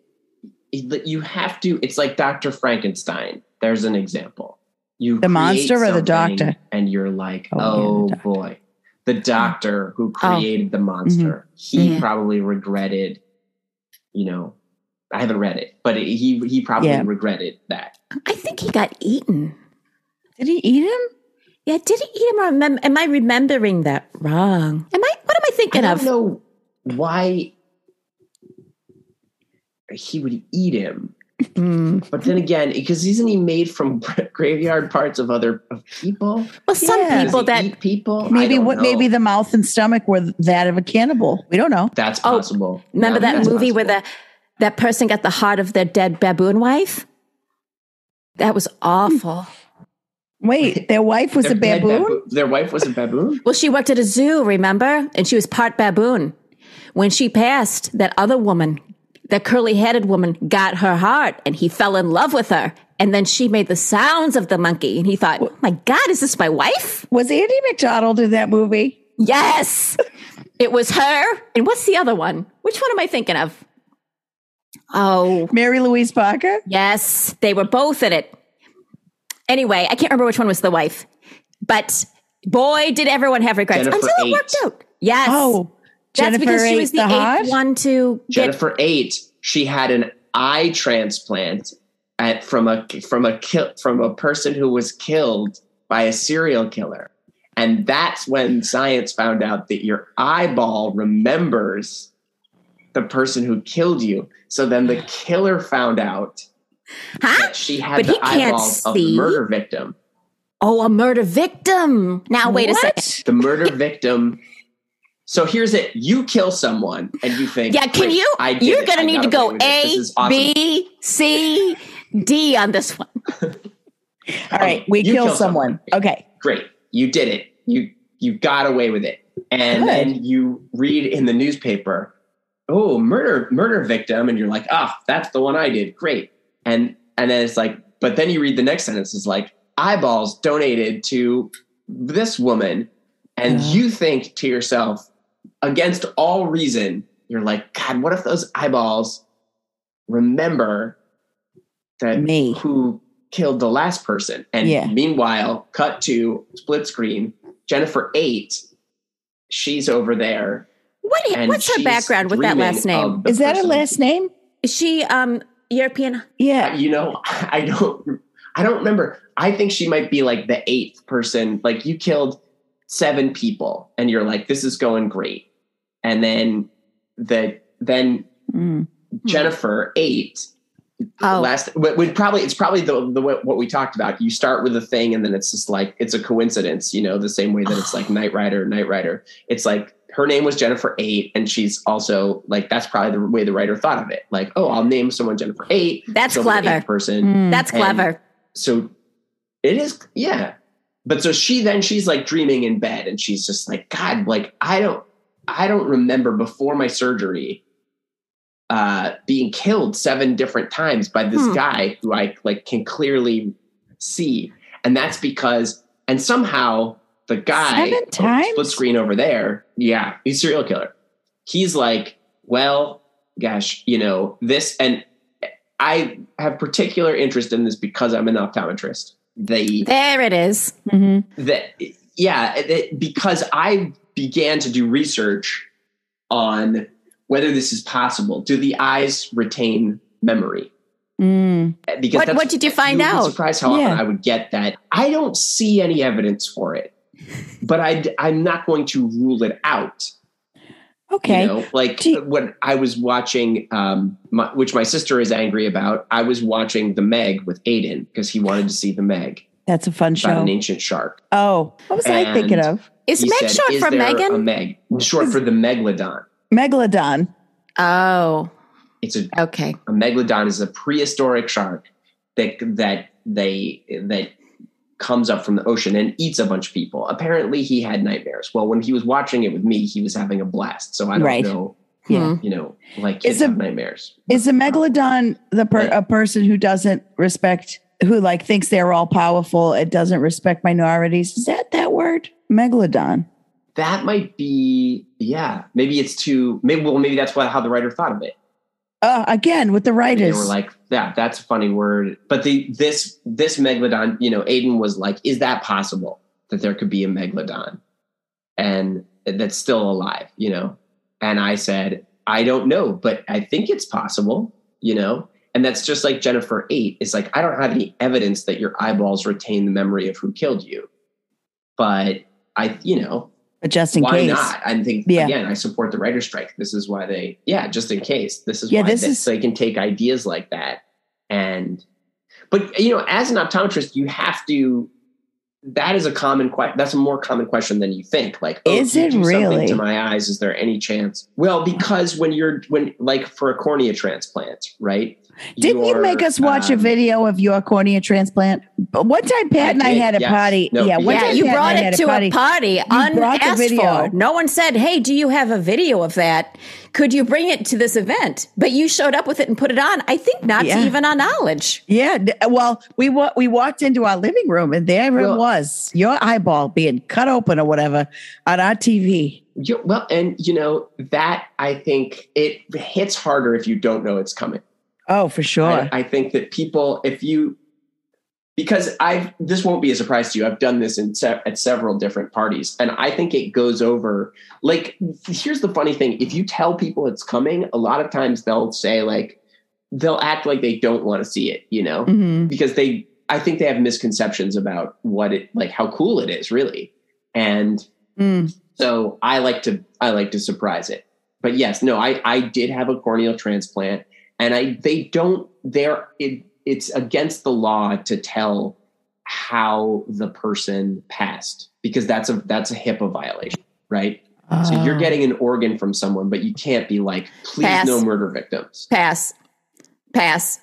Speaker 5: it. You have to. It's like Doctor Frankenstein. There's an example. You
Speaker 4: The
Speaker 5: create
Speaker 4: monster or the
Speaker 5: something
Speaker 4: doctor?
Speaker 5: and you're like,
Speaker 4: Oh, yeah, the doctor.
Speaker 5: "Oh,
Speaker 4: Mm-hmm.
Speaker 5: boy." The doctor who
Speaker 3: Oh.
Speaker 5: created the monster, he
Speaker 3: Yeah.
Speaker 5: probably regretted. You know, I haven't read it, but he he probably
Speaker 4: Yeah.
Speaker 5: regretted that.
Speaker 3: I think he got eaten.
Speaker 4: Did he eat him?
Speaker 3: Yeah, did he eat him? Or remem- am I remembering that wrong? Am I? What am I
Speaker 5: I
Speaker 3: thinking
Speaker 5: don't
Speaker 3: of?
Speaker 5: know why he would eat him.
Speaker 3: Hmm.
Speaker 5: But then again, because isn't he made from graveyard parts of other of people?
Speaker 3: Well, some
Speaker 4: Yeah.
Speaker 5: Does
Speaker 3: people
Speaker 5: he
Speaker 3: that
Speaker 5: eat people. I
Speaker 4: Maybe
Speaker 5: don't
Speaker 4: what?
Speaker 5: know.
Speaker 4: Maybe the mouth and stomach were that of a cannibal. We don't know.
Speaker 5: that's
Speaker 3: Oh,
Speaker 5: possible.
Speaker 3: remember
Speaker 5: Yeah,
Speaker 3: that
Speaker 5: that's
Speaker 3: movie where
Speaker 5: possible.
Speaker 3: the that person got the heart of their dead baboon wife. That was awful.
Speaker 4: Wait, their wife was a
Speaker 5: Their dead
Speaker 4: baboon.
Speaker 5: baboo- Their wife was a baboon.
Speaker 3: Well, she worked at a zoo, remember? And she was part baboon. When she passed, that other woman, that curly headed woman, got her heart and he fell in love with her. And then she made the sounds of the monkey. And he thought, oh my God, is this my wife?
Speaker 4: Was Andy McDonald in that movie?
Speaker 3: Yes, it was her. And what's the other one? Which one am I thinking of? Oh,
Speaker 4: Mary Louise Parker.
Speaker 3: yes, they were both in it. Anyway, I can't remember which one was the wife, but boy, did everyone have regrets
Speaker 5: Jennifer
Speaker 3: until it
Speaker 5: Eight.
Speaker 3: worked out. Yes.
Speaker 4: Oh,
Speaker 3: That's
Speaker 4: Jennifer
Speaker 3: because she
Speaker 4: ate
Speaker 3: was the,
Speaker 4: the heart?
Speaker 3: eighth one to get.
Speaker 5: Jennifer Eight. She had an eye transplant at, from a from a kill from a person who was killed by a serial killer, and that's when science found out that your eyeball remembers the person who killed you. So then the killer found out
Speaker 3: Huh?
Speaker 5: that she had
Speaker 3: Ah, But
Speaker 5: the
Speaker 3: he can't
Speaker 5: eyeballs of the
Speaker 3: see.
Speaker 5: murder victim.
Speaker 3: Oh, a murder victim. Now wait a second.
Speaker 5: The murder victim. So here's it: you kill someone, and you think,
Speaker 3: Yeah, can
Speaker 5: "Great,
Speaker 3: you?
Speaker 5: I did
Speaker 3: You're
Speaker 5: it.
Speaker 3: gonna
Speaker 5: I
Speaker 3: need
Speaker 5: got
Speaker 3: to
Speaker 5: away
Speaker 3: go
Speaker 5: with it.
Speaker 3: A
Speaker 5: This is awesome.
Speaker 3: B C D on this one.
Speaker 4: All right, we
Speaker 5: You
Speaker 4: kill,
Speaker 5: kill
Speaker 4: someone. Okay.
Speaker 5: great you did it you you got away with it and
Speaker 4: Good.
Speaker 5: then you read in the newspaper oh murder murder victim and you're like ah that's the one i did great and and then it's like but then you read the next sentence is like eyeballs donated to this woman and
Speaker 4: Yeah.
Speaker 5: you think to yourself against all reason you're like god what if those eyeballs remember that
Speaker 4: Me.
Speaker 5: who killed the last person. And
Speaker 4: Yeah.
Speaker 5: meanwhile, cut to split screen. Jennifer eight, she's over there.
Speaker 3: What?
Speaker 5: And
Speaker 3: what's her
Speaker 5: she's
Speaker 3: background with that
Speaker 5: dreaming
Speaker 3: last name?
Speaker 5: of the
Speaker 4: Is that
Speaker 5: person-
Speaker 4: a last name?
Speaker 3: Is she um European?
Speaker 4: Yeah.
Speaker 5: Uh, You know, I don't. I don't remember. I think she might be like the eighth person. Like you killed seven people, and you're like, this is going great. And then the then
Speaker 4: Mm.
Speaker 5: Jennifer eight.
Speaker 3: Hmm. Oh.
Speaker 5: Last would would probably it's probably the, the way- what we talked about. You start with a thing and then it's just like it's a coincidence, you know, the same way that it's
Speaker 3: Oh.
Speaker 5: like Knight Rider, Knight Rider. It's like her name was Jennifer Eight, and she's also like that's probably the way the writer thought of it. Like, oh, I'll name someone Jennifer Eight.
Speaker 3: That's Hmm.
Speaker 5: she'll be the
Speaker 4: Hmm.
Speaker 3: clever.
Speaker 5: eighth person.
Speaker 4: Mm.
Speaker 3: That's
Speaker 5: And-
Speaker 3: clever.
Speaker 5: So it is yeah. but so she then she's like dreaming in bed and she's just like god like i don't i don't remember before my surgery uh being killed seven different times by this
Speaker 3: Hmm.
Speaker 5: guy who i like can clearly see and that's because and somehow the guy
Speaker 4: Seven
Speaker 5: oh,
Speaker 4: times?
Speaker 5: split screen over there yeah he's a serial killer he's like well gosh you know this and i have particular interest in this because i'm an optometrist the
Speaker 3: There it is.
Speaker 4: Mm-hmm.
Speaker 5: that yeah that- because i began to do research on whether this is possible do the eyes retain memory
Speaker 4: Mm.
Speaker 5: Uh, because
Speaker 3: What-
Speaker 5: that's-
Speaker 3: what did you find
Speaker 5: would be
Speaker 3: out?
Speaker 5: surprised how
Speaker 4: Yeah.
Speaker 5: often i would get that i don't see any evidence for it but I, i'm not going to rule it out
Speaker 4: Okay.
Speaker 5: you know, like
Speaker 4: Do you-
Speaker 5: when I was watching, um, my, which my sister is angry about, I was watching The Meg with Aiden because he wanted to see The Meg
Speaker 4: That's a fun
Speaker 5: about
Speaker 4: show.
Speaker 5: an ancient shark.
Speaker 4: Oh, what was I thinking
Speaker 5: And-
Speaker 4: of?
Speaker 3: Is
Speaker 5: He
Speaker 3: Meg
Speaker 5: said,
Speaker 3: short
Speaker 5: "Is
Speaker 3: for
Speaker 5: there A
Speaker 3: Megan?
Speaker 5: Meg, short for the megalodon.
Speaker 4: Megalodon.
Speaker 3: oh,
Speaker 5: It's a,
Speaker 3: okay.
Speaker 5: a megalodon is a prehistoric shark that that they that comes up from the ocean and eats a bunch of people. Apparently, he had nightmares. Well, when he was watching it with me, he was having a blast. So I don't
Speaker 4: Right.
Speaker 5: know,
Speaker 4: Yeah.
Speaker 5: you know, like
Speaker 4: Is
Speaker 5: kids
Speaker 4: a-
Speaker 5: have nightmares.
Speaker 4: Is a megalodon the per-
Speaker 5: Yeah.
Speaker 4: a person who doesn't respect who like thinks they're all powerful and doesn't respect minorities? Is that that word? Megalodon.
Speaker 5: that might be yeah maybe it's too maybe well maybe that's what how the writer thought of it
Speaker 4: Uh, again with the
Speaker 5: they
Speaker 4: writers.
Speaker 5: were like yeah that's a funny word but the this this megalodon you know aiden was like is that possible that there could be a megalodon and that's still alive you know and i said i don't know but i think it's possible you know and that's just like jennifer 8 is like i don't have any evidence that your eyeballs retain the memory of who killed you but i you know
Speaker 4: but just in
Speaker 5: why
Speaker 4: case.
Speaker 5: not? I think
Speaker 4: Yeah.
Speaker 5: again, I support the writer's strike. This is why they, yeah, just in case. This is
Speaker 4: Yeah,
Speaker 5: why
Speaker 4: this
Speaker 5: they,
Speaker 4: is-
Speaker 5: they can take ideas like that and, but you know, as an optometrist, you have to. That is a common question. That's a more common question than you think. Like, oh,
Speaker 4: Is
Speaker 5: if you
Speaker 4: it
Speaker 5: do something
Speaker 4: really?
Speaker 5: to my eyes? Is there any chance? Well, because when you're when like for a cornea transplant, right?
Speaker 4: Didn't you
Speaker 5: you're,
Speaker 4: make us watch a
Speaker 5: um,
Speaker 4: video of your cornea transplant? But one time, Pat and I
Speaker 5: did,
Speaker 4: had a
Speaker 5: yes.
Speaker 4: party.
Speaker 5: No,
Speaker 4: yeah,
Speaker 5: you
Speaker 4: one
Speaker 5: did.
Speaker 3: Yeah,
Speaker 4: time
Speaker 3: you
Speaker 4: Pat and I
Speaker 3: brought
Speaker 4: had
Speaker 3: it to a party
Speaker 4: brought the
Speaker 3: unasked
Speaker 4: video.
Speaker 3: for. No one said, "Hey, do you have a video of that? Could you bring it to this event?" But you showed up with it and put it on. I think not
Speaker 4: Yeah.
Speaker 3: to even our knowledge.
Speaker 4: Yeah, d- well, we wa- we walked into our living room and there it
Speaker 5: Well-
Speaker 4: was, your eyeball being cut open or whatever on our TV.
Speaker 5: you- well, and you know that I think it hits harder if you don't know it's coming.
Speaker 4: Oh, for sure.
Speaker 5: I, I think that people, if you, because I've, this won't be a surprise to you. I've done this in se- at several different parties, and I think it goes over. Like, here's the funny thing: if you tell people it's coming, a lot of times they'll say like, they'll act like they don't want to see it, you know,
Speaker 4: Mhm.
Speaker 5: because they, I think they have misconceptions about what it, like how cool it is, really, and
Speaker 4: Mm.
Speaker 5: so I like to I like to surprise it. But yes, no, I I did have a corneal transplant, and I they don't they're it, it's against the law to tell how the person passed because that's a that's a HIPAA violation, right? So you're
Speaker 4: Oh.
Speaker 5: getting an organ from someone, but you can't be like, please
Speaker 3: Pass.
Speaker 5: no murder victims.
Speaker 3: Pass, pass,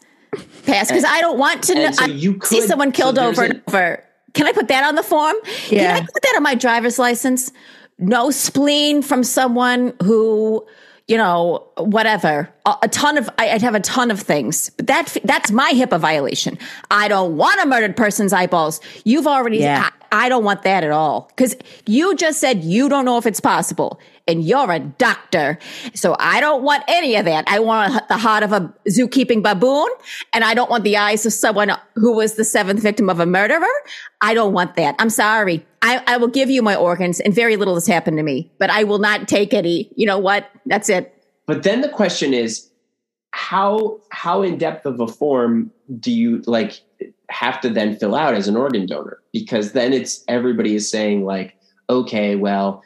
Speaker 3: pass. Because I don't want to know.
Speaker 5: And so
Speaker 3: I
Speaker 5: you could
Speaker 3: see someone killed
Speaker 5: so there's
Speaker 3: over
Speaker 5: a-
Speaker 3: and over. Can I put that on the form?
Speaker 4: Yeah.
Speaker 3: Can I put that on my driver's license? No spleen from someone who, you know, whatever. A, a ton of, I, I'd have a ton of things. But that that's my HIPAA violation. I don't want a murdered person's eyeballs. You've already,
Speaker 4: Yeah.
Speaker 3: I, I don't want that at all. Because you just said you don't know if it's possible. And you're a doctor. So I don't want any of that. I want the heart of a zookeeping baboon. And I don't want the eyes of someone who was the seventh victim of a murderer. I don't want that. I'm sorry. I, I will give you my organs, and very little has happened to me, but I will not take any. You know what? That's it.
Speaker 5: but then the question is how how in depth of a form do you like have to then fill out as an organ donor because then it's everybody is saying like okay well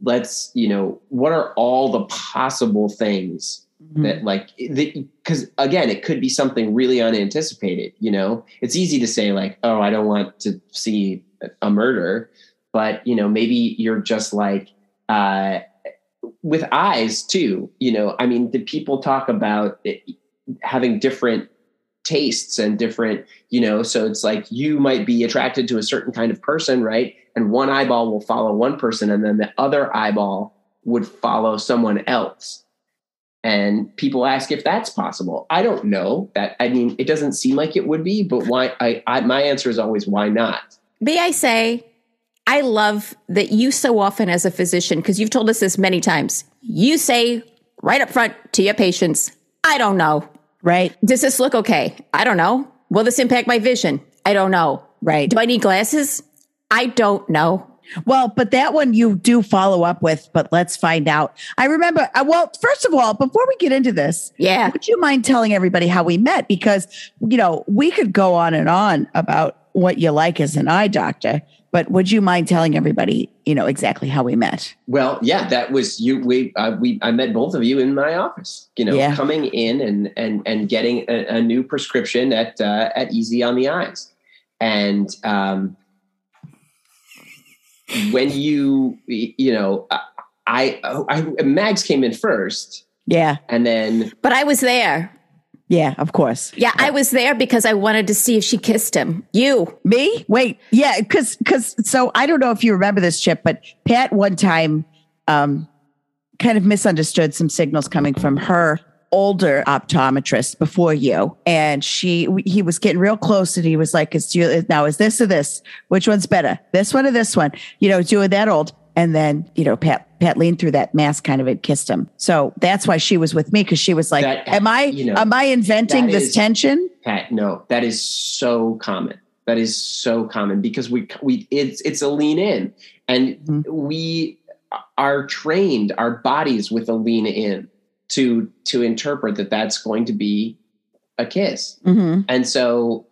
Speaker 5: let's you know what are all the possible things
Speaker 4: Mm-hmm.
Speaker 5: that like because again it could be something really unanticipated you know it's easy to say like oh i don't want to see a murder but you know maybe you're just like uh with eyes too you know i mean the people talk about it, having different tastes and different, you know, so it's like you might be attracted to a certain kind of person, right? And one eyeball will follow one person and then the other eyeball would follow someone else. And people ask if that's possible. I don't know that. I mean, it doesn't seem like it would be, but why? I, I my answer is always why not?
Speaker 3: May I say, I love that you so often, as a physician, because you've told us this many times, you say right up front to your patients, I don't know.
Speaker 4: Right.
Speaker 3: Does this look okay? I don't know. Will this impact my vision? I don't know.
Speaker 4: Right.
Speaker 3: Do I need glasses? I don't know.
Speaker 4: Well, but that one you do follow up with, but let's find out. I remember, uh, well, first of all, before we get into this,
Speaker 3: Yeah.
Speaker 4: would you mind telling everybody how we met? Because, you know, we could go on and on about what you like as an eye doctor, but would you mind telling everybody, you know, exactly how we met?
Speaker 5: Well, yeah, that was you. We uh, we I met both of you in my office. You know,
Speaker 4: Yeah.
Speaker 5: coming in and and and getting a, a new prescription at uh, at Easy on the Eyes, and um, when you you know I, I I Mags came in first,
Speaker 4: Yeah.
Speaker 5: and then
Speaker 3: But I was there.
Speaker 4: Yeah, of course.
Speaker 3: Yeah, I was there because I wanted to see if she kissed him. You.
Speaker 4: Me? Wait. Yeah, cuz cuz so I don't know if you remember this chip, but Pat one time um kind of misunderstood some signals coming from her older optometrist before you and she he was getting real close and he was like is you now is this or this which one's better this one or this one you know doing that old and then you know pat pat leaned through that mask kind of and kissed him so that's why she was with me because she was like
Speaker 5: That-
Speaker 4: am i
Speaker 5: you know,
Speaker 4: am i inventing
Speaker 5: that
Speaker 4: this
Speaker 5: is-
Speaker 4: tension
Speaker 5: Pat, no, that is so common. That is so common because we we it's it's a lean in, and
Speaker 4: Mhm.
Speaker 3: Mm-hmm.
Speaker 5: we are trained our bodies with a lean in to to interpret that that's going to be a kiss.
Speaker 4: mm-hmm.
Speaker 5: And so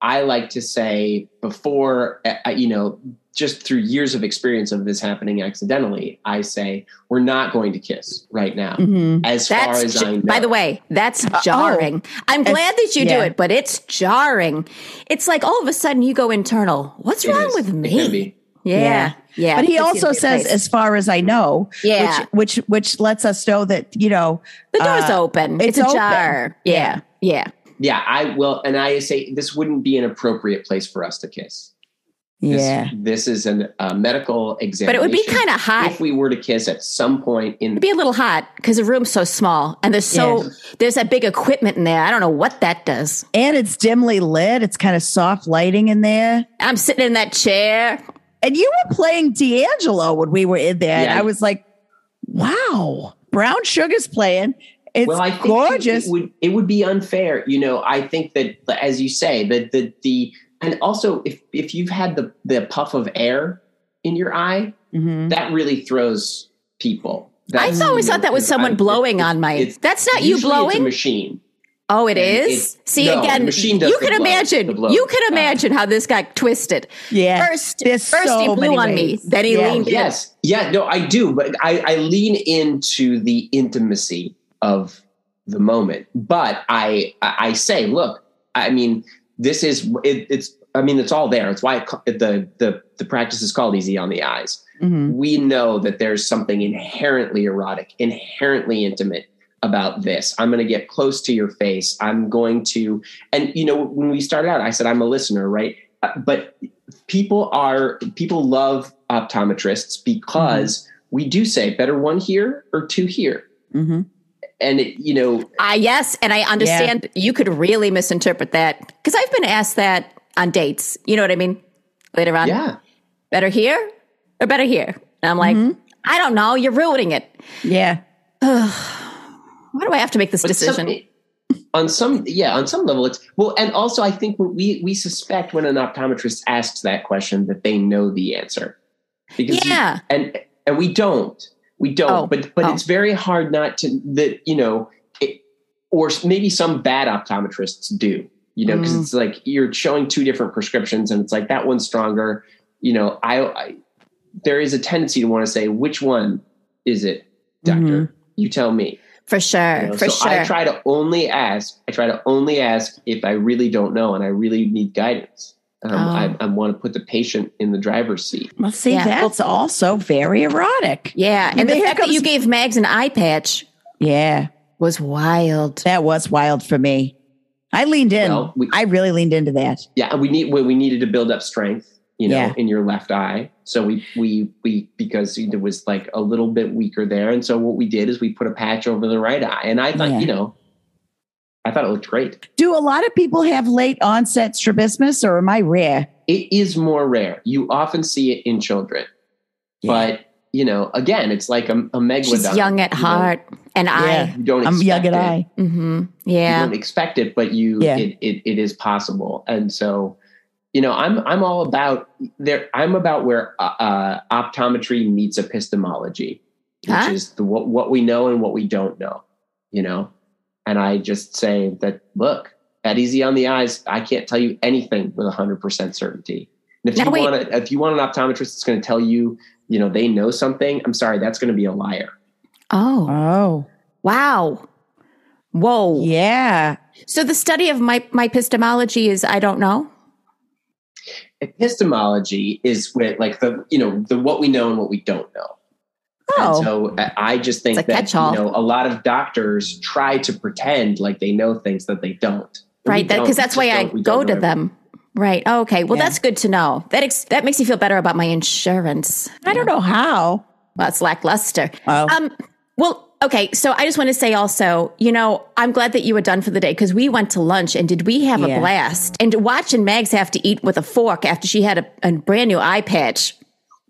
Speaker 5: I like to say before, I- I- you know, just through years of experience of this happening accidentally, I say, we're not going to kiss right now.
Speaker 4: Mm-hmm.
Speaker 5: As far
Speaker 3: That's
Speaker 5: as
Speaker 3: j-
Speaker 5: I know. Uh, oh.
Speaker 3: by the way, that's jarring. I'm
Speaker 4: It's-
Speaker 3: glad that you
Speaker 4: yeah.
Speaker 3: do it, but it's jarring. It's like all of a sudden you go internal. What's
Speaker 5: It
Speaker 3: wrong
Speaker 5: is.
Speaker 3: with
Speaker 5: It
Speaker 3: me?
Speaker 5: can be.
Speaker 3: Yeah. Yeah.
Speaker 4: But
Speaker 3: Puts you
Speaker 4: he
Speaker 3: in a
Speaker 4: also
Speaker 3: good
Speaker 4: says,
Speaker 3: place.
Speaker 4: as far as I know,
Speaker 3: Yeah.
Speaker 4: which which which lets us know that you know
Speaker 3: the door's
Speaker 4: uh,
Speaker 3: open. It's,
Speaker 4: it's
Speaker 3: a
Speaker 4: open.
Speaker 3: jar. Yeah. Yeah.
Speaker 5: Yeah, I will. And I say this wouldn't be an appropriate place for us to kiss. This,
Speaker 4: Yeah,
Speaker 5: This is an, a medical exam.
Speaker 3: But it would be kind of hot.
Speaker 5: If we were to kiss at some point in
Speaker 3: It'd be a little hot because the room's so small and there's so there's that big equipment in there. I don't know what that does.
Speaker 4: and it's dimly lit. It's kind of soft lighting in there.
Speaker 3: I'm sitting in that chair.
Speaker 4: And you were playing D'Angelo when we were in there, and
Speaker 5: Yeah.
Speaker 4: I was like, "Wow, Brown Sugar's playing. It's
Speaker 5: well, I think
Speaker 4: gorgeous."
Speaker 5: It would it would be unfair, you know. I think that, as you say, that the the and also if if you've had the the puff of air in your eye,
Speaker 4: Mhm.
Speaker 5: that really throws people.
Speaker 3: Mm-hmm. I
Speaker 5: That's-
Speaker 3: always thought that was someone
Speaker 5: I-
Speaker 3: blowing on my.
Speaker 5: it's-
Speaker 3: That's not
Speaker 5: usually
Speaker 3: you
Speaker 5: it's a
Speaker 3: blowing.
Speaker 5: machine.
Speaker 3: Oh, it
Speaker 5: And
Speaker 3: is.
Speaker 5: it-
Speaker 3: See
Speaker 5: no,
Speaker 3: again.
Speaker 5: the machine does
Speaker 3: you
Speaker 5: the
Speaker 3: can
Speaker 5: blow, the
Speaker 3: imagine.
Speaker 5: blow.
Speaker 3: You can
Speaker 5: Uh,
Speaker 3: imagine how this got twisted.
Speaker 4: Yeah,
Speaker 3: First,
Speaker 4: There's
Speaker 3: first
Speaker 4: so
Speaker 3: he blew
Speaker 4: many
Speaker 3: on me.
Speaker 4: ways.
Speaker 3: Then he
Speaker 4: Yeah.
Speaker 3: leaned in.
Speaker 5: Yes, yeah, no, I do, but I I lean into the intimacy of the moment, but I I I say, look, I mean, this is it, it's. I mean, it's all there. It's why it, ca- the the the practice is called Easy on the Eyes
Speaker 4: Mhm.
Speaker 5: we know that there's something inherently erotic, inherently intimate about this. I'm going to get close to your face. I'm going to, and you know, when we started out, I said, I'm a listener, right? Uh, But people are, people love optometrists because we do say better one here or two here.
Speaker 4: Mhm.
Speaker 5: And it, you know,
Speaker 3: Ah, yes, and I understand you could really misinterpret that because I've been asked that on dates. You know what I mean? Later on,
Speaker 5: yeah,
Speaker 3: better here or better here? And I'm like, I don't know. You're ruining it.
Speaker 4: yeah.
Speaker 3: Why do I have to make this
Speaker 5: But some-
Speaker 3: decision?
Speaker 5: on some, yeah, on some level, it's well, and also I think when we we suspect when an optometrist asks that question that they know the answer, because you-
Speaker 3: Yeah.
Speaker 5: and and we don't, we don't.
Speaker 3: Oh,
Speaker 5: But but
Speaker 3: oh.
Speaker 5: it's very hard not to that you know, it, or maybe some bad optometrists do, you know, because
Speaker 4: Mm.
Speaker 5: it's like you're showing two different prescriptions, and it's like that one's stronger. You know, I, I there is a tendency to want to say which one is it, doctor.
Speaker 4: Mhm.
Speaker 3: Mm-hmm.
Speaker 5: You tell me.
Speaker 3: for sure.
Speaker 5: You know,
Speaker 3: for
Speaker 5: so
Speaker 3: sure.
Speaker 5: I try to only ask. I try to only ask if I really don't know and I really need guidance. Um,
Speaker 3: Oh.
Speaker 5: I, I want to put the patient in the driver's seat.
Speaker 4: Well, see,
Speaker 3: Yeah.
Speaker 4: that's also very erotic.
Speaker 3: yeah. And
Speaker 4: There
Speaker 3: the fact that
Speaker 4: comes-
Speaker 3: you gave Mags an eye patch
Speaker 4: Yeah,
Speaker 3: was wild.
Speaker 4: that was wild for me. I leaned in.
Speaker 5: Well, we-
Speaker 4: I really leaned into that.
Speaker 5: yeah we need we we needed to build up strength you know
Speaker 4: Yeah.
Speaker 5: in your left eye so we we we because it was like a little bit weaker there and so what we did is we put a patch over the right eye and i thought
Speaker 4: Yeah.
Speaker 5: you know i thought it looked great
Speaker 4: Do a lot of people have late onset strabismus or am I rare?
Speaker 5: it is more rare you often see it in children but you know again it's like a, a megalodon
Speaker 3: She's young at
Speaker 5: You don't-
Speaker 3: heart and I.
Speaker 5: you don't
Speaker 4: I'm
Speaker 5: expect
Speaker 4: young at
Speaker 5: it.
Speaker 4: eye.
Speaker 3: Mm-hmm.
Speaker 5: you
Speaker 3: Yeah.
Speaker 5: don't expect it, but you
Speaker 4: Yeah.
Speaker 5: it, it it is possible. And so, you know, I'm I'm all about there. I'm about where uh, uh, optometry meets epistemology, which
Speaker 3: Huh?
Speaker 5: is the, what what we know and what we don't know. You know, and I just say that look at easy on the eyes. I can't tell you anything with hundred percent certainty. And if
Speaker 3: Now
Speaker 5: you
Speaker 3: wait.
Speaker 5: want a, if you want an optometrist that's going to tell you, you know, they know something. I'm sorry, that's going to be a liar.
Speaker 3: Oh,
Speaker 4: Oh,
Speaker 3: wow. Whoa.
Speaker 4: yeah.
Speaker 3: So the study of my, my epistemology is I don't know.
Speaker 5: epistemology is where like the you know the what we know and what we don't know
Speaker 4: Oh.
Speaker 5: and so I- i just think
Speaker 3: It's a
Speaker 5: that you
Speaker 3: catch-all.
Speaker 5: know a lot of doctors try to pretend like they know things that they don't And we
Speaker 3: Right.
Speaker 5: don't.
Speaker 3: Because that's
Speaker 5: We
Speaker 3: why
Speaker 5: just
Speaker 3: I
Speaker 5: don't- we
Speaker 3: go
Speaker 5: don't
Speaker 3: to
Speaker 5: know.
Speaker 3: them. Right. Oh, okay. Well,
Speaker 4: Yeah.
Speaker 3: that's good to know. That ex- that makes me feel better about my insurance.
Speaker 4: I don't know how.
Speaker 3: Well, it's lackluster.
Speaker 4: Oh,
Speaker 3: Um, well, okay. So I just want to say also, you know, I'm glad that you were done for the day because we went to lunch and did we have a
Speaker 4: Yeah.
Speaker 3: blast? And watching Mags have to eat with a fork after she had a, a brand new eye patch.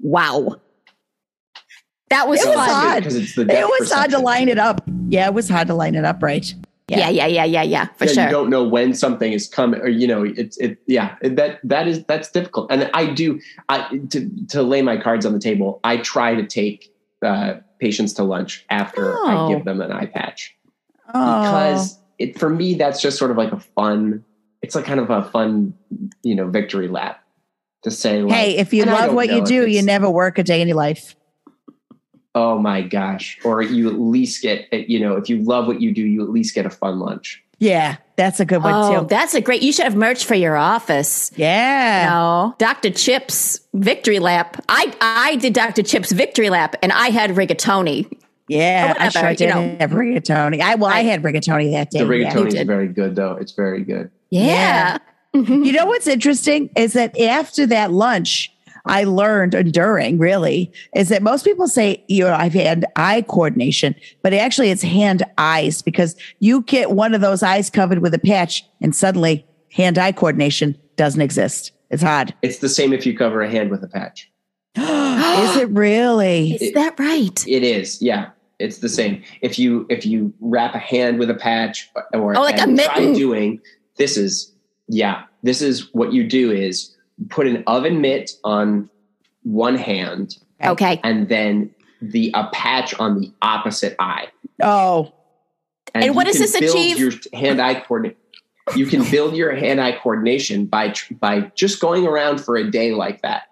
Speaker 3: Wow. That was,
Speaker 4: It was
Speaker 3: fun.
Speaker 4: odd.
Speaker 5: because it's the
Speaker 4: it
Speaker 5: depth
Speaker 4: was hard to
Speaker 5: perception.
Speaker 4: line it up. Yeah, it was hard to line it up right.
Speaker 3: Yeah. yeah, yeah, yeah, yeah, for
Speaker 5: yeah,
Speaker 3: sure.
Speaker 5: you don't know when something is coming or you know it's it yeah that that is that's difficult and i do i to to lay my cards on the table i try to take uh patients to lunch after
Speaker 3: Oh.
Speaker 5: i give them an eye patch
Speaker 4: Oh.
Speaker 5: because it for me that's just sort of like a fun it's like kind of a fun you know victory lap to say like
Speaker 4: Oh. hey, if you
Speaker 5: and I
Speaker 4: love
Speaker 5: don't
Speaker 4: what
Speaker 5: know
Speaker 4: you
Speaker 5: if
Speaker 4: do,
Speaker 5: it's-
Speaker 4: you never work a day in your life.
Speaker 5: oh my gosh or you at least get eh, you know if you love what you do you at least get a fun lunch
Speaker 4: Yeah, that's a good one
Speaker 3: Oh,
Speaker 5: um,
Speaker 4: too.
Speaker 3: that's a great. You should have merch for your office.
Speaker 4: yeah.
Speaker 3: No, Dr. Chips victory lap. I I did Dr. Chips victory lap, and I had rigatoni.
Speaker 4: Yeah.
Speaker 5: Oh,
Speaker 3: Or
Speaker 4: I sure
Speaker 3: whatever, you
Speaker 4: did
Speaker 3: know.
Speaker 4: have rigatoni. I well, I,
Speaker 3: Right.
Speaker 4: had rigatoni that day.
Speaker 5: the
Speaker 4: yeah.
Speaker 5: rigatoni is
Speaker 3: did.
Speaker 5: very good though it's very good
Speaker 3: Yeah.
Speaker 5: Mm-hmm.
Speaker 3: Mhm.
Speaker 4: You know what's interesting is that after that lunch, I learned and during really is that most people say, you know, I've had eye coordination, but actually it's hand eyes because you get one of those eyes covered with a patch and suddenly hand eye coordination doesn't exist. It's odd.
Speaker 5: it's the same if you cover a hand with a patch
Speaker 4: is it really?
Speaker 3: Is that right?
Speaker 5: it is yeah it's the same if you if you wrap a hand with a patch or
Speaker 3: Oh, like a
Speaker 5: and try
Speaker 3: mitten.
Speaker 5: doing this is yeah this is what you do is put an oven mitt on one hand
Speaker 3: Okay.
Speaker 5: and then the a patch on the opposite eye.
Speaker 4: Oh,
Speaker 3: And what
Speaker 5: you
Speaker 3: does
Speaker 5: can
Speaker 3: this
Speaker 5: build
Speaker 3: achieve?
Speaker 5: Your hand eye coordination. You can build your hand eye coordination by tr- by just going around for a day like that,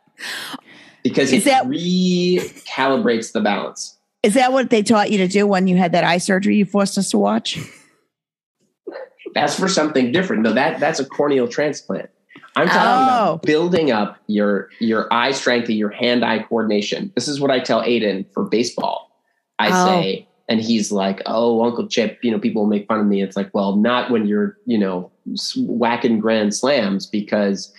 Speaker 5: because
Speaker 4: Is
Speaker 5: it
Speaker 4: that-
Speaker 5: recalibrates the balance.
Speaker 4: is that what they taught you to do when you had that eye surgery you forced us to watch?
Speaker 5: That's for something different. No, that that's a corneal transplant. I'm talking
Speaker 4: Oh.
Speaker 5: about building up your your eye strength and your hand eye coordination. This is what I tell Aiden for baseball. I
Speaker 3: Oh.
Speaker 5: say, and he's like, "Oh, Uncle Chip, you know, people make fun of me." It's like, well, not when you're you know s- whacking grand slams because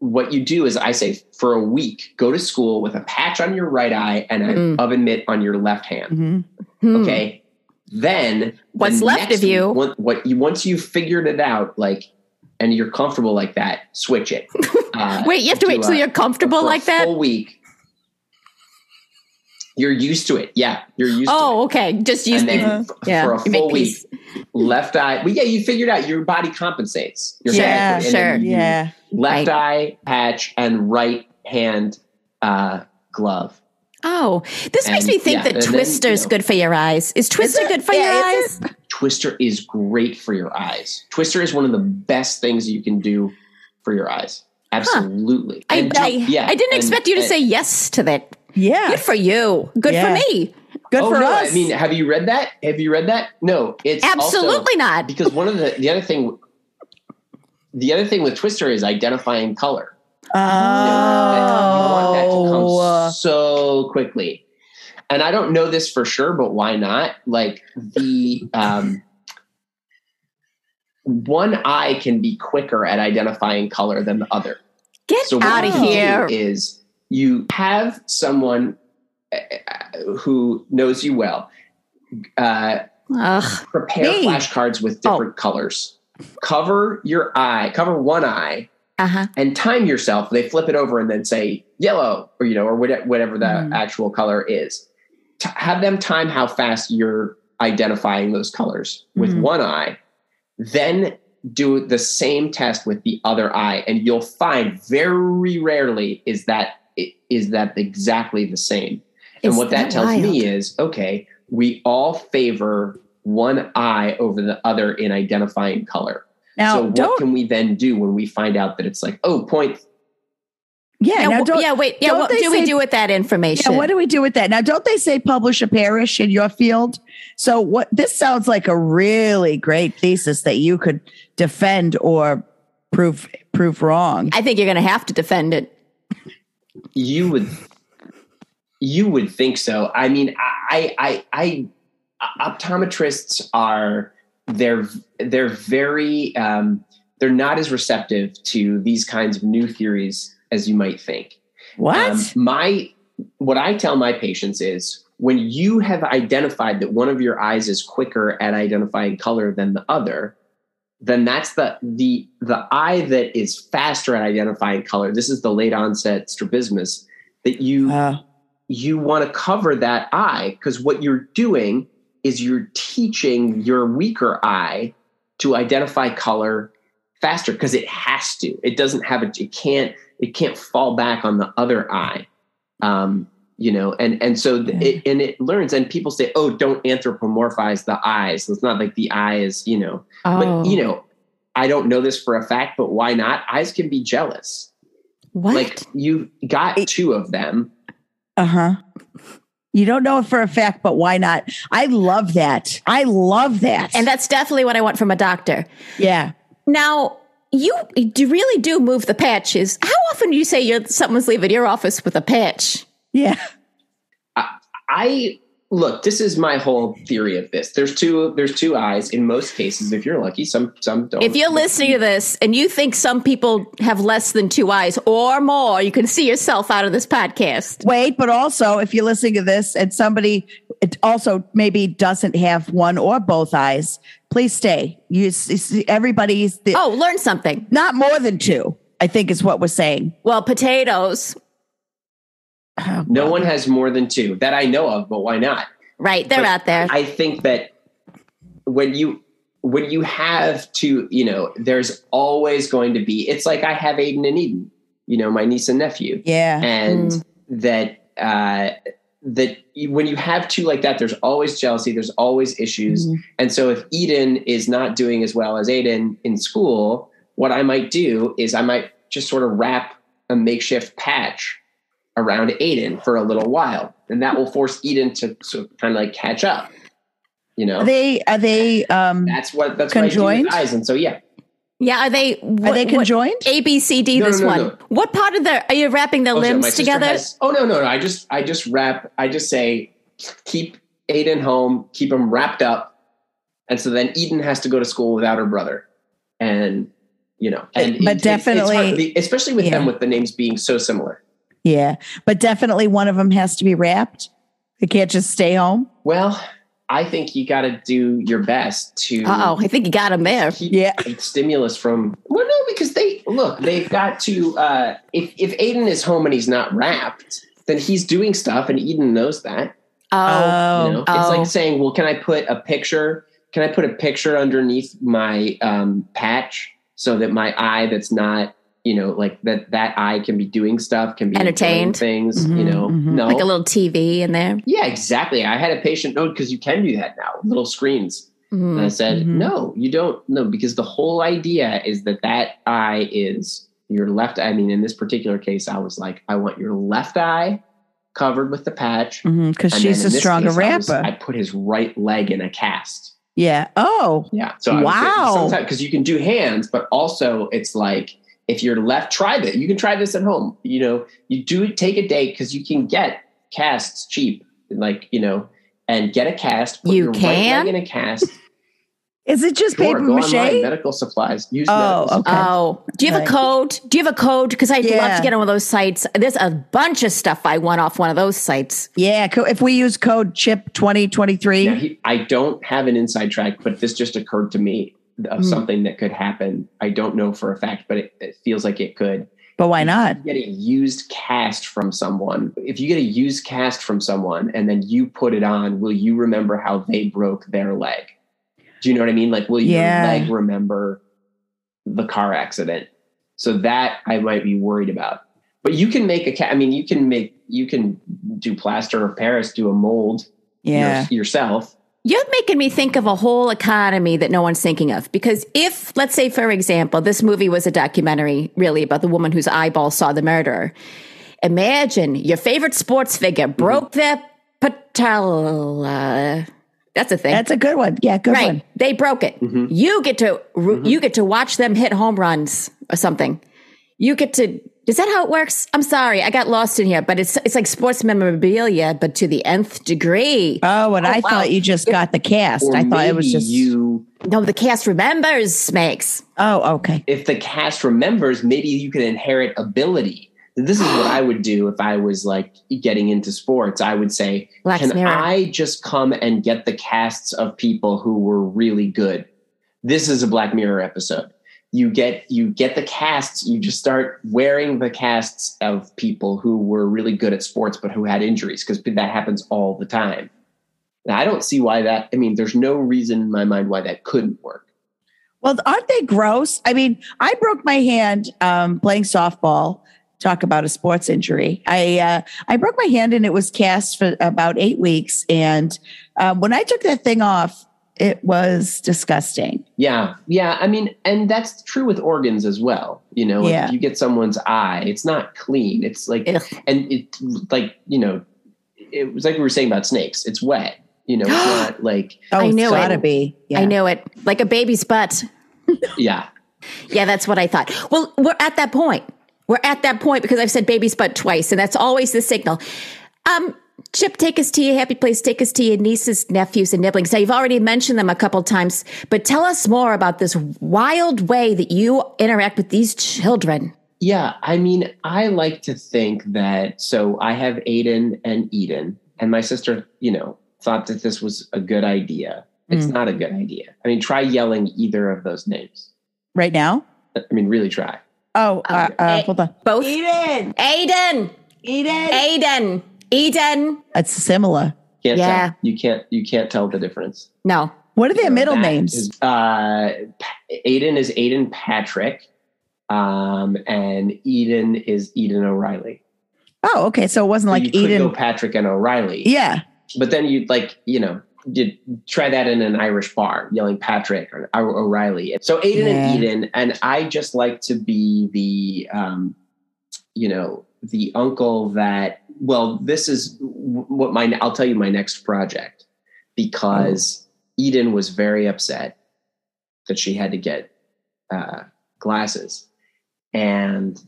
Speaker 5: what you do is I say for a week, go to school with a patch on your right eye and an
Speaker 3: Mm.
Speaker 5: oven mitt on your left hand.
Speaker 4: Mhm.
Speaker 3: Hmm.
Speaker 5: Okay. Then
Speaker 3: What's
Speaker 5: the
Speaker 3: left
Speaker 5: next-
Speaker 3: of you.
Speaker 5: What, what you once you've figured it out, like, and you're comfortable like that, switch it. Uh,
Speaker 3: Wait, you have to
Speaker 5: do
Speaker 3: wait till
Speaker 5: a-
Speaker 3: you're comfortable
Speaker 5: for
Speaker 3: like
Speaker 5: a
Speaker 3: that?
Speaker 5: Full week. You're used to it. Yeah, you're used. to
Speaker 3: Oh,
Speaker 5: it.
Speaker 3: okay. Just use
Speaker 5: and
Speaker 3: me.
Speaker 5: then f-
Speaker 3: Yeah.
Speaker 5: for a
Speaker 3: You make
Speaker 5: full week,
Speaker 3: peace.
Speaker 5: left eye. Well, yeah, you figured out your body compensates. Your
Speaker 4: Yeah,
Speaker 5: and then
Speaker 3: sure.
Speaker 5: you-
Speaker 4: Yeah.
Speaker 5: Left eye patch and right hand uh, glove.
Speaker 3: Oh, this makes
Speaker 5: And,
Speaker 3: me think
Speaker 5: yeah,
Speaker 3: that
Speaker 5: and then,
Speaker 3: Twister's
Speaker 5: you know-
Speaker 3: good for your eyes. Is Twister
Speaker 4: it?
Speaker 3: good for
Speaker 4: Yeah,
Speaker 3: your
Speaker 4: is
Speaker 3: eyes?
Speaker 5: Twister is great for your eyes. Twister is one of the best things you can do for your eyes. Absolutely.
Speaker 3: I,
Speaker 5: And
Speaker 3: I,
Speaker 5: jump- yeah,
Speaker 3: I didn't
Speaker 5: and-
Speaker 3: expect you to
Speaker 5: and-
Speaker 3: say yes to that.
Speaker 4: Yeah.
Speaker 3: Good for you. Good
Speaker 4: Yeah.
Speaker 3: for me.
Speaker 4: Good
Speaker 5: oh,
Speaker 4: for
Speaker 5: no,
Speaker 4: us.
Speaker 5: I mean, have you read that? Have you read that? No, it's also-
Speaker 3: Absolutely not.
Speaker 5: because one of the the other thing the other thing with Twister is identifying color. You know, that- you want that to come
Speaker 4: oh.
Speaker 5: so quickly. And I don't know this for sure, but why not? Like the um one eye can be quicker at identifying color than the other.
Speaker 3: Get
Speaker 5: So what
Speaker 3: out of
Speaker 5: you do
Speaker 3: here.
Speaker 5: is you have someone uh, who knows you well uh,
Speaker 3: Ugh.
Speaker 5: prepare
Speaker 4: Me.
Speaker 5: flashcards with
Speaker 3: Oh.
Speaker 5: different colors. Cover your eye, cover one eye,
Speaker 3: Uh huh.
Speaker 5: and time yourself. They flip it over and then say yellow, or you know, or whate- whatever the
Speaker 4: Mm.
Speaker 5: actual color is. T- have them time how fast you're identifying those colors with
Speaker 4: Mm.
Speaker 5: one eye. Then do the same test with the other eye, and you'll find very rarely is that is that exactly the same. And
Speaker 3: Is
Speaker 5: what that,
Speaker 3: that
Speaker 5: tells
Speaker 3: wild?
Speaker 5: me is okay, we all favor one eye over the other in identifying color.
Speaker 4: Now,
Speaker 5: so, what
Speaker 4: don't.
Speaker 5: can we then do when we find out that it's like, oh, point
Speaker 4: yeah,
Speaker 3: Yeah,
Speaker 4: now
Speaker 3: w-
Speaker 4: don't.
Speaker 3: yeah, wait. Yeah,
Speaker 4: don't
Speaker 3: what do
Speaker 4: they
Speaker 3: we
Speaker 4: say-
Speaker 3: do with that information?
Speaker 4: Yeah, what do we do with that? Now, don't they say publish or perish in your field? So, what this sounds like a really great thesis that you could defend or prove prove wrong.
Speaker 3: I um, think you're going to have to defend it.
Speaker 5: you would you would think so i mean i i i optometrists are they're they're very um they're not as receptive to these kinds of new theories as you might think
Speaker 4: What?
Speaker 5: um, my what I tell my patients is when you have identified that one of your eyes is quicker at identifying color than the other, then that's the the the eye that is faster at identifying color. This is the late onset strabismus that you
Speaker 4: Uh,
Speaker 5: you want to cover that eye because what you're doing is you're teaching your weaker eye to identify color faster because it has to it doesn't have a it can't it can't fall back on the other eye um you know and and so th- it and it learns and people say oh don't anthropomorphize the eyes it's not like the eye is you know
Speaker 4: Oh,
Speaker 3: Oh.
Speaker 5: but you know i don't know this for a fact but why not eyes can be jealous
Speaker 3: what?
Speaker 5: like you got two of them
Speaker 4: uh huh. You don't know it for a fact, but why not? I love that. I love that.
Speaker 3: and that's definitely what I want from a doctor.
Speaker 4: yeah.
Speaker 3: Now, you do really do move the patches. How often do you say you're, someone's leaving your office with a patch?
Speaker 4: Yeah.
Speaker 5: I look, this is my whole theory of this. There's two there's two eyes in most cases if you're lucky, some some don't.
Speaker 3: If you're listening to this and you think some people have less than two eyes or more, you can see yourself out of this podcast.
Speaker 4: Wait, but also if you're listening to this and somebody it also maybe doesn't have one or both eyes, please stay. You, s- s- everybody's the,
Speaker 3: Oh, learn something.
Speaker 4: not more than two. I think is what we're saying.
Speaker 3: Well, potatoes,
Speaker 5: no one has more than two that I know of, but why not?
Speaker 3: right? They're
Speaker 5: But
Speaker 3: out there.
Speaker 5: I think that when you when you have to, you know, there's always going to be it's like I have Aiden and Eden, you know, my niece and nephew.
Speaker 4: Yeah.
Speaker 5: and
Speaker 4: Mm.
Speaker 5: that uh, that you, when you have two like that, there's always jealousy, there's always issues,
Speaker 4: Mm-hmm.
Speaker 5: and so if Eden is not doing as well as Aiden in school, what I might do is I might just sort of wrap a makeshift patch around Aiden for a little while, and that will force Eden to sort of kind of like catch up. You know,
Speaker 4: Are they are they um
Speaker 5: that's what that's what I do with
Speaker 4: conjoined?
Speaker 5: eyes, and so yeah,
Speaker 3: yeah, are they?
Speaker 4: are they conjoined?
Speaker 3: A, B, C, D,
Speaker 5: No,
Speaker 3: this
Speaker 5: no, no,
Speaker 3: one.
Speaker 5: no.
Speaker 3: What part of the, are you wrapping their
Speaker 5: Oh, so my
Speaker 3: limbs
Speaker 5: sister
Speaker 3: together?
Speaker 5: has- oh no, no, no. I just I just wrap. I just say keep Aiden home, keep him wrapped up, and so then Eden has to go to school without her brother, and you know, and
Speaker 4: But definitely-
Speaker 5: hard, be- especially with them
Speaker 4: yeah.
Speaker 5: with the names being so similar.
Speaker 4: yeah. But definitely one of them has to be wrapped. They can't just stay home.
Speaker 5: Well, I think you got to do your best to
Speaker 3: Uh oh, I think you got him there.
Speaker 5: keep
Speaker 4: Yeah.
Speaker 5: the stimulus from. Well, no, because they look. They've got to. Uh, if if Aiden is home and he's not wrapped, then he's doing stuff, and Eden knows that.
Speaker 3: Oh,
Speaker 5: You know?
Speaker 4: Oh.
Speaker 5: It's
Speaker 3: Oh.
Speaker 5: like saying, well, can I put a picture? Can I put a picture underneath my um, patch so that my eye that's not, you know, like that that eye can be doing stuff, can be enjoying
Speaker 3: Entertained. Mm-hmm,
Speaker 5: things, you
Speaker 4: Mhm,
Speaker 5: know?
Speaker 4: mhm.
Speaker 5: No.
Speaker 3: like a little TV in there.
Speaker 5: yeah, exactly. I had a patient note because you can do that now, little screens. And I
Speaker 3: Mm.
Speaker 5: said,
Speaker 4: Mhm.
Speaker 5: no, you don't. No, because the whole idea is that that eye is your left. I mean, in this particular case, I was like, I want your left eye covered with the patch
Speaker 4: Because
Speaker 5: and
Speaker 4: Mm-hmm, she's a
Speaker 5: then in this
Speaker 4: stronger
Speaker 5: case, I, was-
Speaker 4: rapper.
Speaker 5: I put his right leg in a cast.
Speaker 4: yeah. Oh.
Speaker 5: Yeah. So I
Speaker 4: Wow.
Speaker 5: Because you can do hands, but also it's like if you're left, try that. You can try this at home. You know, you do take a day because you can get casts cheap, like you know, and get a cast. Put
Speaker 3: You
Speaker 5: your
Speaker 3: can?
Speaker 5: right leg in a cast.
Speaker 4: Is it just
Speaker 5: Sure,
Speaker 4: paper
Speaker 5: go
Speaker 4: mache?
Speaker 5: online, medical supplies. Use
Speaker 4: Oh,
Speaker 5: medical
Speaker 4: okay.
Speaker 3: Oh, do you have a
Speaker 4: Right.
Speaker 3: code? Do you have a code? Because I'd love
Speaker 4: Yeah.
Speaker 3: to get on one of those sites. There's a bunch of stuff I want off one of those sites.
Speaker 4: Yeah, co- if we use code CHIP twenty twenty
Speaker 5: Now,
Speaker 4: three,
Speaker 5: he, I don't have an inside track, but this just occurred to me
Speaker 4: Hmm.
Speaker 5: of something that could happen. I don't know for a fact, but it, it feels like it could.
Speaker 4: but why not?
Speaker 5: You get a used cast from someone. If you get a used cast from someone and then you put it on, will you remember how they broke their leg? Do you know what I mean? Like, will
Speaker 4: Yeah.
Speaker 5: your leg remember the car accident? So that I might be worried about. But you can make a cat. I mean, you can make you can do plaster of Paris, do a mold your-
Speaker 4: Yeah,
Speaker 5: yourself.
Speaker 3: You're making me think of a whole economy that no one's thinking of. Because if, let's say, for example, this movie was a documentary really about the woman whose eyeball saw the murderer, imagine your favorite sports figure
Speaker 4: Mm-hmm.
Speaker 3: broke their patella. That's a thing.
Speaker 4: that's a good one. Yeah, good
Speaker 3: right.
Speaker 4: one. Mm-hmm.
Speaker 3: They broke it.
Speaker 5: Mhm.
Speaker 3: You get to ru- you get to watch them hit home runs or something. You get to is that how it works? I'm sorry, I got lost in here, but it's it's like sports memorabilia, but to the nth degree.
Speaker 4: Oh, and
Speaker 3: Oh,
Speaker 4: I
Speaker 3: wow.
Speaker 4: thought you just got the cast.
Speaker 5: Or
Speaker 4: I thought it was
Speaker 5: maybe
Speaker 4: just
Speaker 5: you.
Speaker 3: no, the cast remembers snakes.
Speaker 4: Oh, okay.
Speaker 5: If the cast remembers, maybe you can inherit ability. This is what I would do if I was like getting into sports. I would say,
Speaker 3: Black
Speaker 5: can
Speaker 3: Mirror.
Speaker 5: I just come and get the casts of people who were really good? This is a Black Mirror episode. You get you get the casts. You just start wearing the casts of people who were really good at sports, but who had injuries because that happens all the time. And I don't see why that. I mean, there's no reason in my mind why that couldn't work.
Speaker 4: Well, aren't they gross? I mean, I broke my hand um, playing softball. Talk about a sports injury. I uh, I broke my hand and it was cast for about eight weeks. And um, when I took that thing off, it was disgusting.
Speaker 5: Yeah, yeah. I mean, and that's true with organs as well. You know, like,
Speaker 4: Yeah.
Speaker 5: if you get someone's eye, it's not clean. It's like,
Speaker 3: Ugh.
Speaker 5: and it like you know, it was like we were saying about snakes. It's wet. You know, it's not like
Speaker 4: Oh,
Speaker 3: I knew
Speaker 4: it's
Speaker 3: it.
Speaker 4: gotta be.
Speaker 3: I
Speaker 4: Yeah.
Speaker 3: knew it, like a baby's butt.
Speaker 5: yeah.
Speaker 3: Yeah, that's what I thought. Well, we're at that point. We're at that point because I've said baby's butt twice, and that's always the signal. Um, Chip, take us to your happy place. Take us to your nieces, nephews, and nibblings. Now, you've already mentioned them a couple times, but tell us more about this wild way that you interact with these children.
Speaker 5: Yeah, I mean, I like to think that. So I have Aiden and Eden, and my sister, you know, thought that this was a good idea. It's
Speaker 3: Mm.
Speaker 5: not a good idea. I mean, try yelling either of those names.
Speaker 4: Right now?
Speaker 5: I mean, really try.
Speaker 4: Oh, uh, uh,
Speaker 3: eh.
Speaker 4: hold on.
Speaker 3: Both Eden, Aiden, Eden, Aiden, Eden.
Speaker 4: That's similar.
Speaker 5: Can't
Speaker 3: Yeah.
Speaker 5: tell. You can't. You can't tell the difference.
Speaker 3: No,
Speaker 4: What are their
Speaker 5: So
Speaker 4: middle
Speaker 5: that
Speaker 4: names?
Speaker 5: is, uh, Pa- Aiden is Aiden Patrick, um, and Eden is Eden O'Reilly.
Speaker 4: oh, okay. So it wasn't
Speaker 5: So
Speaker 4: like
Speaker 5: you could
Speaker 4: Eden.
Speaker 5: go Patrick and O'Reilly.
Speaker 4: yeah.
Speaker 5: But then you'd like, you know, you try that in an Irish bar, yelling Patrick or O- O'Reilly. So Aiden
Speaker 4: Yeah.
Speaker 5: and Eden, and I just like to be the, um, you know, the uncle that. Well, this is w- what my. I'll tell you my next project because Eden was very upset that she had to get uh, glasses, and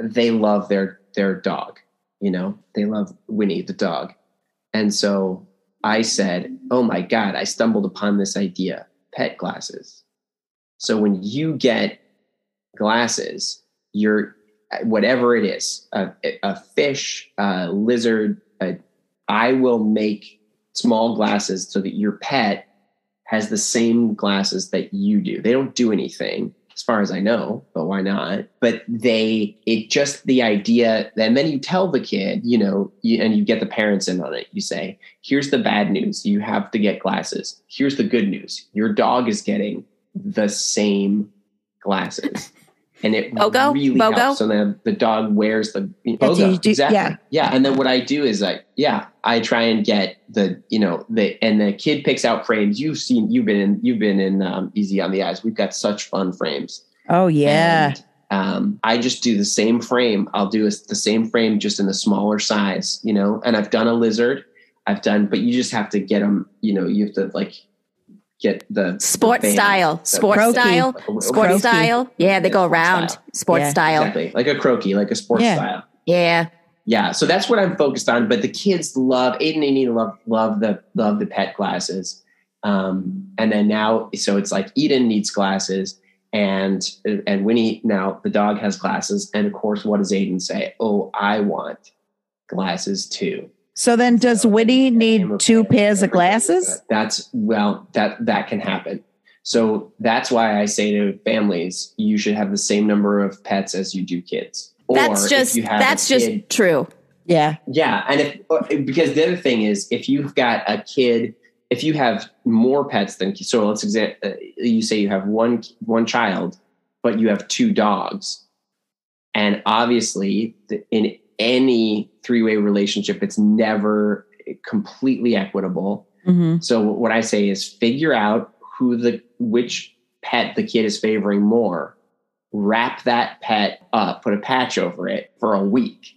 Speaker 5: they love their their dog. You know, they love Winnie the dog. And so I said, Oh my God, I stumbled upon this idea pet glasses. So when you get glasses, you're whatever it is a, a fish, a lizard, a, I will make small glasses so that your pet has the same glasses that you do. They don't do anything as far as I know, but why not? But they, it just the idea, and then you tell the kid, you know, you, and you get the parents in on it. You say, here's the bad news, you have to get glasses. Here's the good news, your dog is getting the same glasses. And it
Speaker 3: Bogo?
Speaker 5: really
Speaker 3: Bogo?
Speaker 5: helps. So then the dog wears the
Speaker 4: That's
Speaker 5: Bogo,
Speaker 4: you do-
Speaker 5: exactly.
Speaker 4: yeah.
Speaker 5: Yeah. And then what I do is like, yeah, I try and get the, you know, the, and the kid picks out frames. You've seen, you've been in, you've been in um, Easy on the Eyes. We've got such fun frames.
Speaker 4: Oh, yeah.
Speaker 5: And, um, I just do the same frame. I'll do a, the same frame just in a smaller size, you know, and I've done a lizard. I've done, but you just have to get them, you know, you have to like get the
Speaker 3: sport
Speaker 5: the band, Uh,
Speaker 3: style,
Speaker 5: the-
Speaker 3: sport
Speaker 4: Croaky.
Speaker 3: style, sport
Speaker 4: Croaky.
Speaker 3: style. Yeah, they
Speaker 5: Yeah,
Speaker 3: go
Speaker 5: sport
Speaker 3: around.
Speaker 5: style.
Speaker 3: Sport
Speaker 4: Yeah,
Speaker 3: style.
Speaker 5: Exactly. Like a croaky, like a sport
Speaker 4: Yeah.
Speaker 5: style.
Speaker 3: Yeah.
Speaker 5: yeah so that's what i'm focused on but the kids love aiden and Eden love love the love the pet glasses Um, and then now, so it's like Eden needs glasses, and and Winnie now the dog has glasses, and of course, what does Aiden say? Oh, I want glasses too.
Speaker 4: So then, does Winnie need two pairs of glasses?
Speaker 5: That's well, that that can happen. So that's why I say to families, you should have the same number of pets as you do kids. Or
Speaker 3: that's
Speaker 5: if
Speaker 3: just
Speaker 5: you have a
Speaker 3: that's just
Speaker 5: kid-
Speaker 3: true.
Speaker 4: Yeah.
Speaker 5: yeah, and if because the other thing is if you've got a kid, if you have more pets than so let's exa- uh, you say you have one one child, but you have two dogs, and obviously the- in any three way relationship, it's never completely equitable.
Speaker 4: Mm-hmm.
Speaker 5: So what I say is figure out who the which pet the kid is favoring more. Wrap that pet up, put a patch over it for a week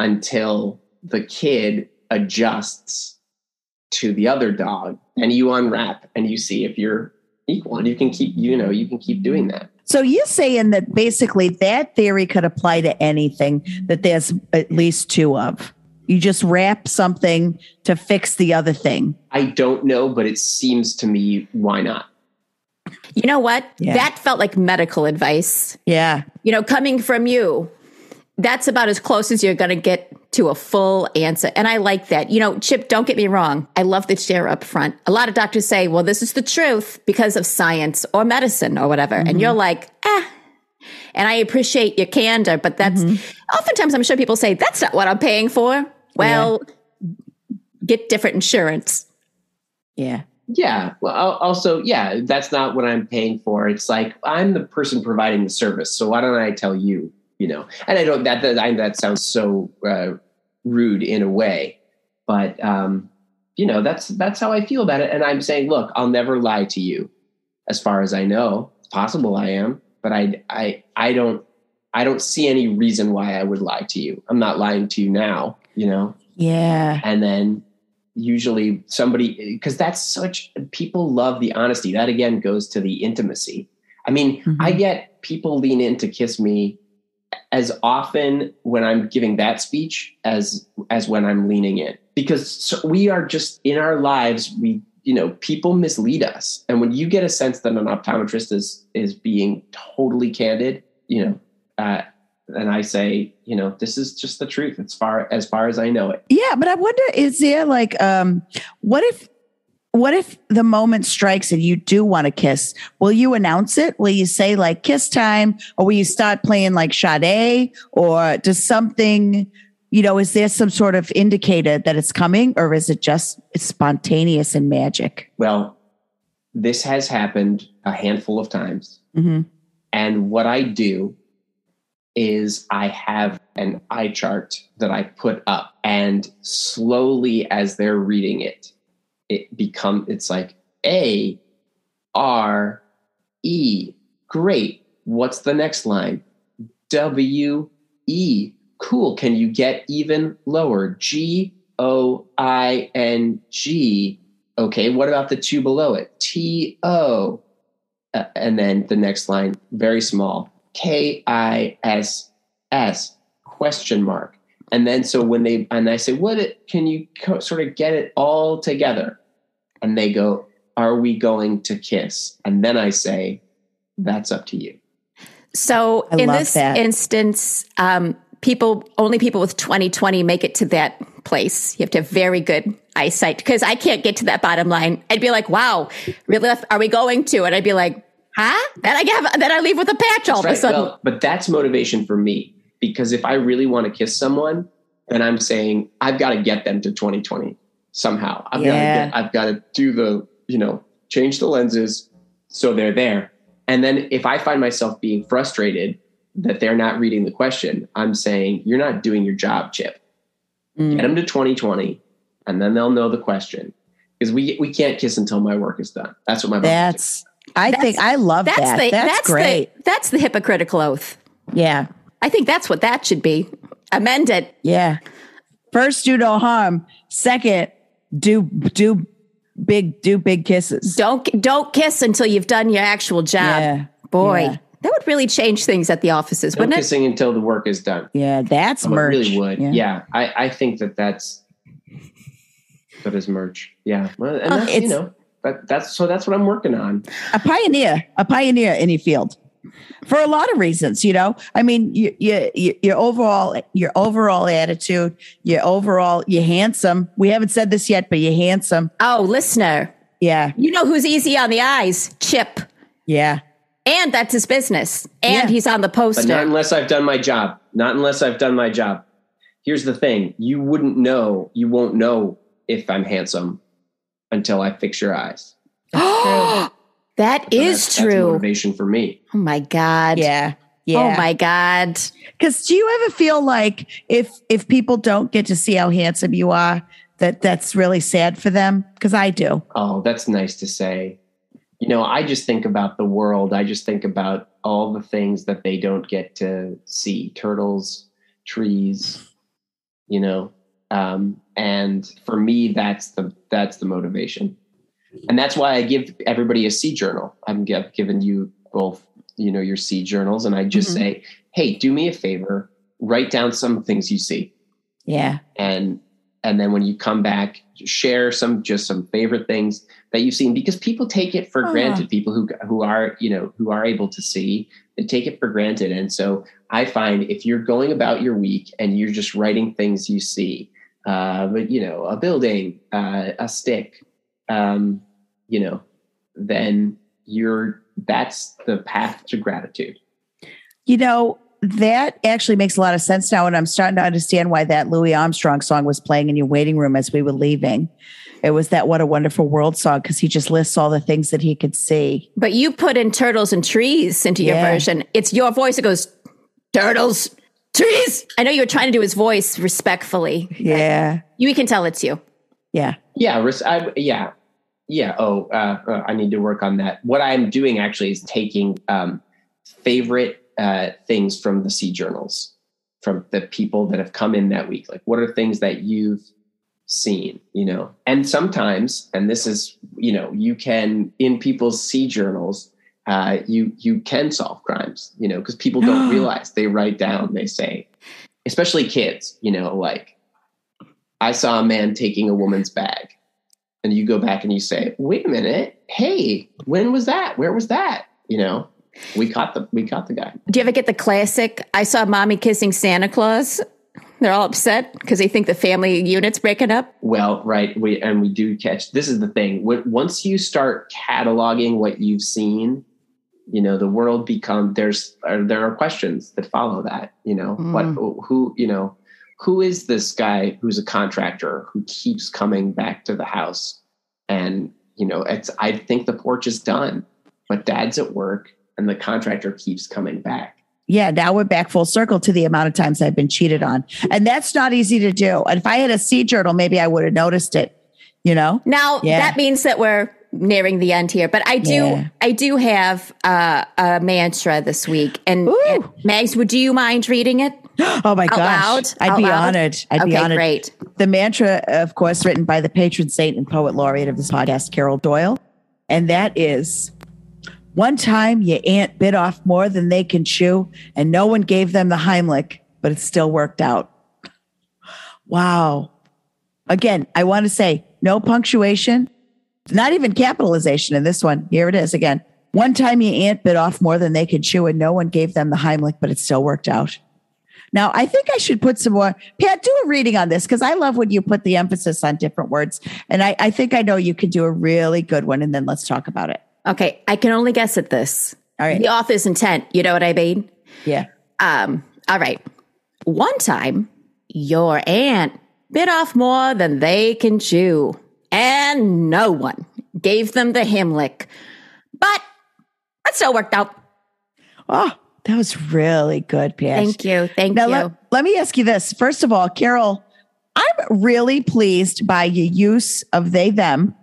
Speaker 5: until the kid adjusts to the other dog and you unwrap and you see if you're equal and you can keep you know you can keep doing that.
Speaker 4: So you're saying that basically that theory could apply to anything that there's at least two of. You just wrap something to fix the other thing.
Speaker 5: I don't know, but it seems to me why not?
Speaker 3: You know what?
Speaker 4: Yeah.
Speaker 3: That felt like medical advice.
Speaker 4: Yeah.
Speaker 3: You know, coming from you, that's about as close as you're going to get to a full answer. And I like that. You know, Chip, don't get me wrong. I love the share up front. A lot of doctors say, well, this is the truth because of science or medicine or whatever. And you're like, eh. And I appreciate your candor, but that's oftentimes I'm sure people say, that's not what I'm paying for. Well, get different insurance.
Speaker 4: Yeah.
Speaker 5: Yeah. Well, al- also, yeah, that's not what I'm paying for. It's like I'm the person providing the service, so why don't I tell you? You know, and I don't that that, I, that sounds so uh, rude in a way, but um, you know that's that's how I feel about it. And I'm saying, look, I'll never lie to you, as far as I know. It's possible I am, but I I I don't I don't see any reason why I would lie to you. I'm not lying to you now. You know
Speaker 4: Yeah.
Speaker 5: and then usually somebody because that's such people love the honesty that again goes to the intimacy i mean
Speaker 4: Mhm.
Speaker 5: i get people lean in to kiss me as often when i'm giving that speech as as when i'm leaning in because so we are just in our lives we you know people mislead us and when you get a sense that an optometrist is is being totally candid you know uh, and i say you know this is just the truth as far as far as i know it
Speaker 4: Yeah, but I wonder is there like um what if what if the moment strikes and you do want to kiss? Will you announce it? Will you say like kiss time or will you start playing like Sade or does something you know is there some sort of indicator that it's coming or is it just spontaneous and magic?
Speaker 5: Well, this has happened a handful of times.
Speaker 3: Mm-hmm.
Speaker 4: Mhm.
Speaker 5: And what I do is I have an eye chart that I put up and slowly as they're reading it, it become it's like A R E. Great. What's the next line? W E. Cool. Can you get even lower? G O I N G. Okay, what about the two below it? T O. Uh, and then the next line, very small, K I S S, question mark. And then so when they, and I say, what it, can you co- sort of get it all together? And they go, are we going to kiss? And then I say, that's up to you.
Speaker 3: So
Speaker 4: I
Speaker 3: in
Speaker 4: love
Speaker 3: this
Speaker 4: that.
Speaker 3: instance, um, people only people with 2020 make it to that place. You have to have very good eyesight because I can't get to that bottom line. I'd be like, "Wow, really? Are we going to?" And I'd be like, "Huh?" Then I have then I leave with a patch all of a
Speaker 5: That's right.
Speaker 3: sudden.
Speaker 5: Well, but that's motivation for me because if I really want to kiss someone, then I'm saying I've got to get them to 2020 somehow. I've
Speaker 4: Yeah.
Speaker 5: got to get, I've got to do the, you know, change the lenses so they're there. And then if I find myself being frustrated that they're not reading the question, I'm saying you're not doing your job, Chip.
Speaker 3: Mm.
Speaker 5: Get them to 2020 and then they'll know the question. Because we we can't kiss until my work is done. That's what my boss
Speaker 4: That's I
Speaker 3: That's-
Speaker 4: think I love
Speaker 3: that's
Speaker 4: that.
Speaker 3: the
Speaker 4: that's,
Speaker 3: that's
Speaker 4: great.
Speaker 3: the that's the hypocritical oath.
Speaker 4: yeah.
Speaker 3: I think that's what that should be. Amend it.
Speaker 4: Yeah. First, do no harm. Second, do do big do big kisses.
Speaker 3: Don't don't kiss until you've done your actual job.
Speaker 4: Yeah.
Speaker 3: Boy,
Speaker 4: Yeah.
Speaker 3: that would really change things at the offices,
Speaker 5: no
Speaker 3: wouldn't it?
Speaker 5: kissing until the work is done.
Speaker 4: Yeah, that's
Speaker 5: Oh, it
Speaker 4: merch.
Speaker 5: really would. Yeah, I, I think that that's that is merch. Yeah, well, and
Speaker 3: Uh,
Speaker 5: that's, you
Speaker 3: it's-
Speaker 5: know, That, that's so. That's what I'm working on.
Speaker 4: a pioneer, a pioneer in your field for a lot of reasons. You know, I mean, you, you, you, your overall, your overall attitude, your overall, you're handsome. We haven't said this yet, but you're handsome.
Speaker 3: Oh, listener,
Speaker 4: Yeah,
Speaker 3: you know who's easy on the eyes? Chip.
Speaker 4: yeah.
Speaker 3: And that's his business. And
Speaker 4: Yeah.
Speaker 3: he's on the
Speaker 5: But not
Speaker 3: poster.
Speaker 5: unless I've done my job. Not unless I've done my job. Here's the thing: you wouldn't know. You won't know if I'm handsome until I fix your eyes.
Speaker 3: that
Speaker 5: So
Speaker 3: is
Speaker 5: that's- that's
Speaker 3: true.
Speaker 5: motivation for me.
Speaker 3: oh my God.
Speaker 4: Yeah. Yeah.
Speaker 3: Oh my God.
Speaker 4: Cause do you ever feel like if if people don't get to see how handsome you are, that that's really sad for them? Because I do.
Speaker 5: Oh, that's nice to say. You know, I just think about the world. I just think about all the things that they don't get to see turtles, trees, you know. Um, and for me, that's the that's the motivation, and that's why I give everybody a sea journal. I'm gi- I've given you both, you know, your sea journals, and I just
Speaker 4: Mhm.
Speaker 5: say, hey, do me a favor, write down some things you see
Speaker 4: Yeah.
Speaker 5: and and then when you come back share some just some favorite things that you've seen because people take it for
Speaker 4: Uh-huh.
Speaker 5: granted people who who are you know who are able to see they take it for granted and so i find if you're going about your week and you're just writing things you see uh but you know a building uh, a stick um you know then you're that's the path to gratitude
Speaker 4: You know, that actually makes a lot of sense now. And I'm starting to understand why that Louis Armstrong song was playing in your waiting room as we were leaving. It was that What a Wonderful World song because he just lists all the things that he could see.
Speaker 3: But you put in turtles and trees into your
Speaker 4: Yeah.
Speaker 3: version. It's your voice that goes, turtles, trees. I know you were trying to do his voice respectfully.
Speaker 4: Yeah.
Speaker 3: You we can tell it's you.
Speaker 4: Yeah.
Speaker 5: Yeah, res- I, yeah, yeah. Oh, uh, uh, I need to work on that. What I'm doing actually is taking um, favorite uh, things from the C journals, from the people that have come in that week. Like, what are things that you've seen? You know, and sometimes, and this is, you know, you can in people's C journals. Uh, you you can solve crimes, you know, because people don't realize they write down, they say, especially kids, you know, like I saw a man taking a woman's bag. And you go back and you say, wait a minute, hey, when was that? Where was that? You know, we caught the we caught the guy.
Speaker 3: Do you ever get the classic? I saw mommy kissing Santa Claus. They're all upset because they think the family unit's breaking up.
Speaker 5: Well, right, we and we do catch. This is the thing. When, once you start cataloging what you've seen, you know, the world become there's uh, there are questions that follow that. You know, what who you know who is this guy who's a contractor who keeps coming back to the house and you know it's i think the porch is done but dad's at work and the contractor keeps coming back
Speaker 4: Yeah. Now we're back full circle to the amount of times I've been cheated on. And that's not easy to do. And if I had a sea journal, maybe I would have noticed it, you know?
Speaker 3: Now
Speaker 4: Yeah.
Speaker 3: that means that we're nearing the end here, but I do,
Speaker 4: Yeah.
Speaker 3: I do have uh, a mantra this week. And,
Speaker 4: Ooh.
Speaker 3: and Mags, would you mind reading it?
Speaker 4: Oh my gosh.
Speaker 3: loud?
Speaker 4: I'd
Speaker 3: Out
Speaker 4: be
Speaker 3: loud?
Speaker 4: honored. I'd
Speaker 3: okay,
Speaker 4: be honored.
Speaker 3: great.
Speaker 4: The mantra, of course, written by the patron saint and poet laureate of this podcast, Carol Doyle. And that is One time your aunt bit off more than they can chew, and no one gave them the Heimlich, but it still worked out. Wow. Again, I want to say no punctuation, not even capitalization in this one. Here it is again. One time your aunt bit off more than they could chew, and no one gave them the Heimlich, but it still worked out. Now, I think I should put some more. Pat, do a reading on this because I love when you put the emphasis on different words. And I, I think I know you could do a really good one. And then let's talk about it.
Speaker 3: Okay. I can only guess at this.
Speaker 4: All right.
Speaker 3: The author's intent. You know what I mean?
Speaker 4: Yeah.
Speaker 3: Um, all right. One time, your aunt bit off more than they can chew, and no one gave them the hemlick. But that still worked out.
Speaker 4: Oh, that was really good, Pat.
Speaker 3: Thank you. Thank
Speaker 4: Now,
Speaker 3: you.
Speaker 4: let, let me ask you this. First of all, Carol, I'm really pleased by your use of they, them.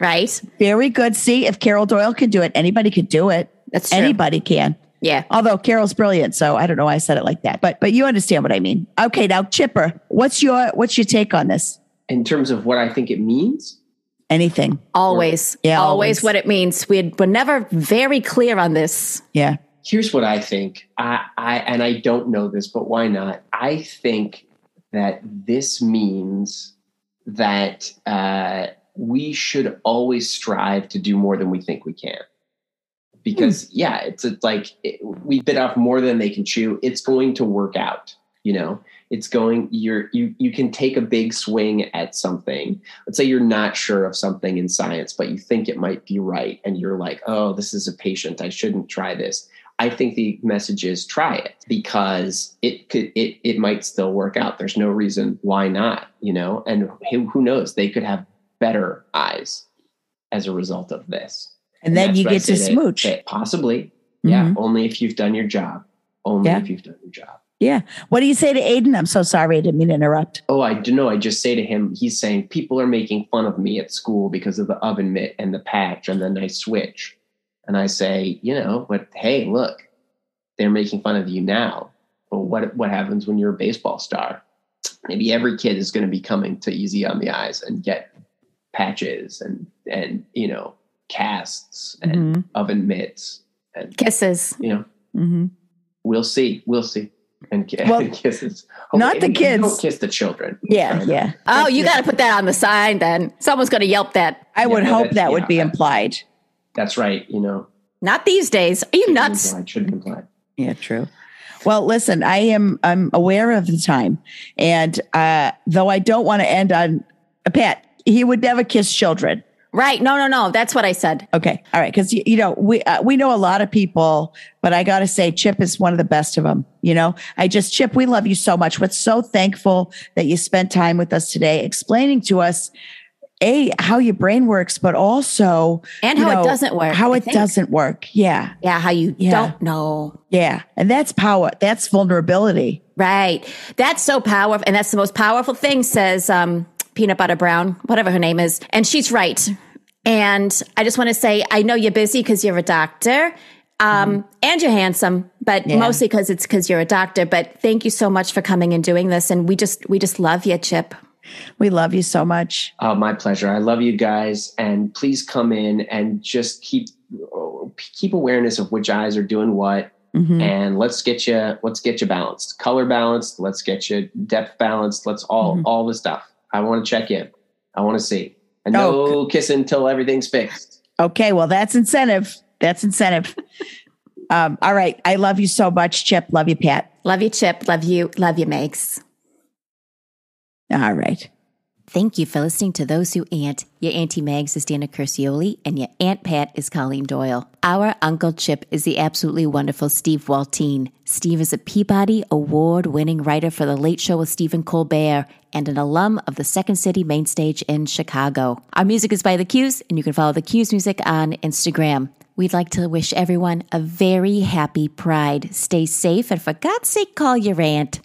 Speaker 3: right?
Speaker 4: Very good. See, if Carol Doyle can do it, anybody could do it.
Speaker 3: That's true.
Speaker 4: Anybody can.
Speaker 3: yeah.
Speaker 4: Although Carol's brilliant, so I don't know why I said it like that. But but you understand what I mean. Okay, now Chipper, what's your what's your take on this?
Speaker 5: in terms of what i think it means
Speaker 4: Anything?
Speaker 3: Always.
Speaker 4: Yeah,
Speaker 3: Always,
Speaker 4: always.
Speaker 3: what it means. We had, were never very clear on this.
Speaker 4: Yeah.
Speaker 5: here's what I think. I, I and I don't know this, but why not? I think that this means that uh, we should always strive to do more than we think we can. Because yeah, it's, it's like it, we bit off more than they can chew. It's going to work out. You know, it's going. You're you you can take a big swing at something. Let's say you're not sure of something in science, but you think it might be right, and you're like, oh, this is a patient. I shouldn't try this. I think the message is try it because it could it it might still work out. There's no reason why not, you know. And who who knows? They could have better eyes as a result of this.
Speaker 4: And then
Speaker 5: that's
Speaker 4: you
Speaker 5: what I
Speaker 4: get to
Speaker 5: say
Speaker 4: smooch.
Speaker 5: say, possibly, yeah.
Speaker 4: Mhm.
Speaker 5: Only if you've done your job. Only
Speaker 4: Yeah.
Speaker 5: if you've done your job.
Speaker 4: Yeah. What do you say to Aiden? I'm so sorry. I didn't mean to interrupt.
Speaker 5: Oh, I do know. I just say to him, he's saying people are making fun of me at school because of the oven mitt and the patch, and then I switch, and I say, you know, but hey, look, they're making fun of you now. But what what happens when you're a baseball star? Maybe every kid is going to be coming to Easy on the Eyes and get patches and and you know casts and
Speaker 4: Mm-hmm.
Speaker 5: oven mitts and
Speaker 3: Kisses.
Speaker 5: you know
Speaker 4: Mhm.
Speaker 5: we'll see we'll see and, ki-
Speaker 4: Well,
Speaker 5: kisses
Speaker 4: not the
Speaker 5: Hopefully-
Speaker 4: kids.
Speaker 5: don't kiss the children
Speaker 4: Yeah.
Speaker 5: Sorry.
Speaker 4: Yeah.
Speaker 3: Oh, you got to put that on the sign then. Someone's going to yelp that.
Speaker 4: I would
Speaker 5: Yeah,
Speaker 4: hope
Speaker 5: that-
Speaker 4: that would
Speaker 5: yeah.
Speaker 4: be implied.
Speaker 5: That's right. You know,
Speaker 3: Not these days. Are you nuts?
Speaker 5: Implied, should imply.
Speaker 4: Yeah, true. Well, listen, I am I'm aware of the time, and uh, though I don't want to end on a Pat, he would never kiss children.
Speaker 3: Right. No, no, no. That's what I said.
Speaker 4: Okay, all right, because you, you know we uh, we know a lot of people, but I got to say, Chip is one of the best of them. You know, I just Chip, we love you so much. We're so thankful that you spent time with us today, explaining to us a how your brain works, but also
Speaker 3: And
Speaker 4: you
Speaker 3: how
Speaker 4: know,
Speaker 3: it doesn't work.
Speaker 4: how
Speaker 3: I
Speaker 4: it
Speaker 3: think.
Speaker 4: doesn't work. Yeah,
Speaker 3: Yeah. How you
Speaker 4: Yeah.
Speaker 3: don't know.
Speaker 4: yeah, and that's power. That's vulnerability.
Speaker 3: Right. That's so powerful. And that's the most powerful thing, says um, Peanut Butter Brown, whatever her name is. And she's right. And I just want to say, I know you're busy because you're a doctor um, and you're handsome, but mostly because it's because you're a doctor. But thank you so much for coming and doing this. And we just, we just love you, Chip.
Speaker 4: We love you so much.
Speaker 5: Oh, my pleasure. I love you guys, and please come in and just keep keep awareness of which eyes are doing what,
Speaker 4: Mhm.
Speaker 5: and let's get you let's get you balanced, color balanced. Let's get you depth balanced. Let's all
Speaker 4: Mhm.
Speaker 5: all the stuff. I want to check in. I want to see. And
Speaker 4: Oh,
Speaker 5: no kissing until everything's fixed.
Speaker 4: Okay, well, that's incentive. That's incentive. um, all right. I love you so much, Chip. Love you, Pat.
Speaker 3: Love you, Chip. Love you. Love you, Megs.
Speaker 4: All right.
Speaker 6: Thank you for listening to Those Who Aunt. Your Auntie Mags is Dana Curcioli, and your Aunt Pat is Colleen Doyle. Our Uncle Chip is the absolutely wonderful Steve Waltine. Steve is a Peabody Award winning writer for The Late Show with Stephen Colbert and an alum of the Second City Main Stage in Chicago. Our music is by The Q's, and you can follow The Q's music on Instagram. We'd like to wish everyone a very happy Pride. Stay safe, and for God's sake, call your aunt.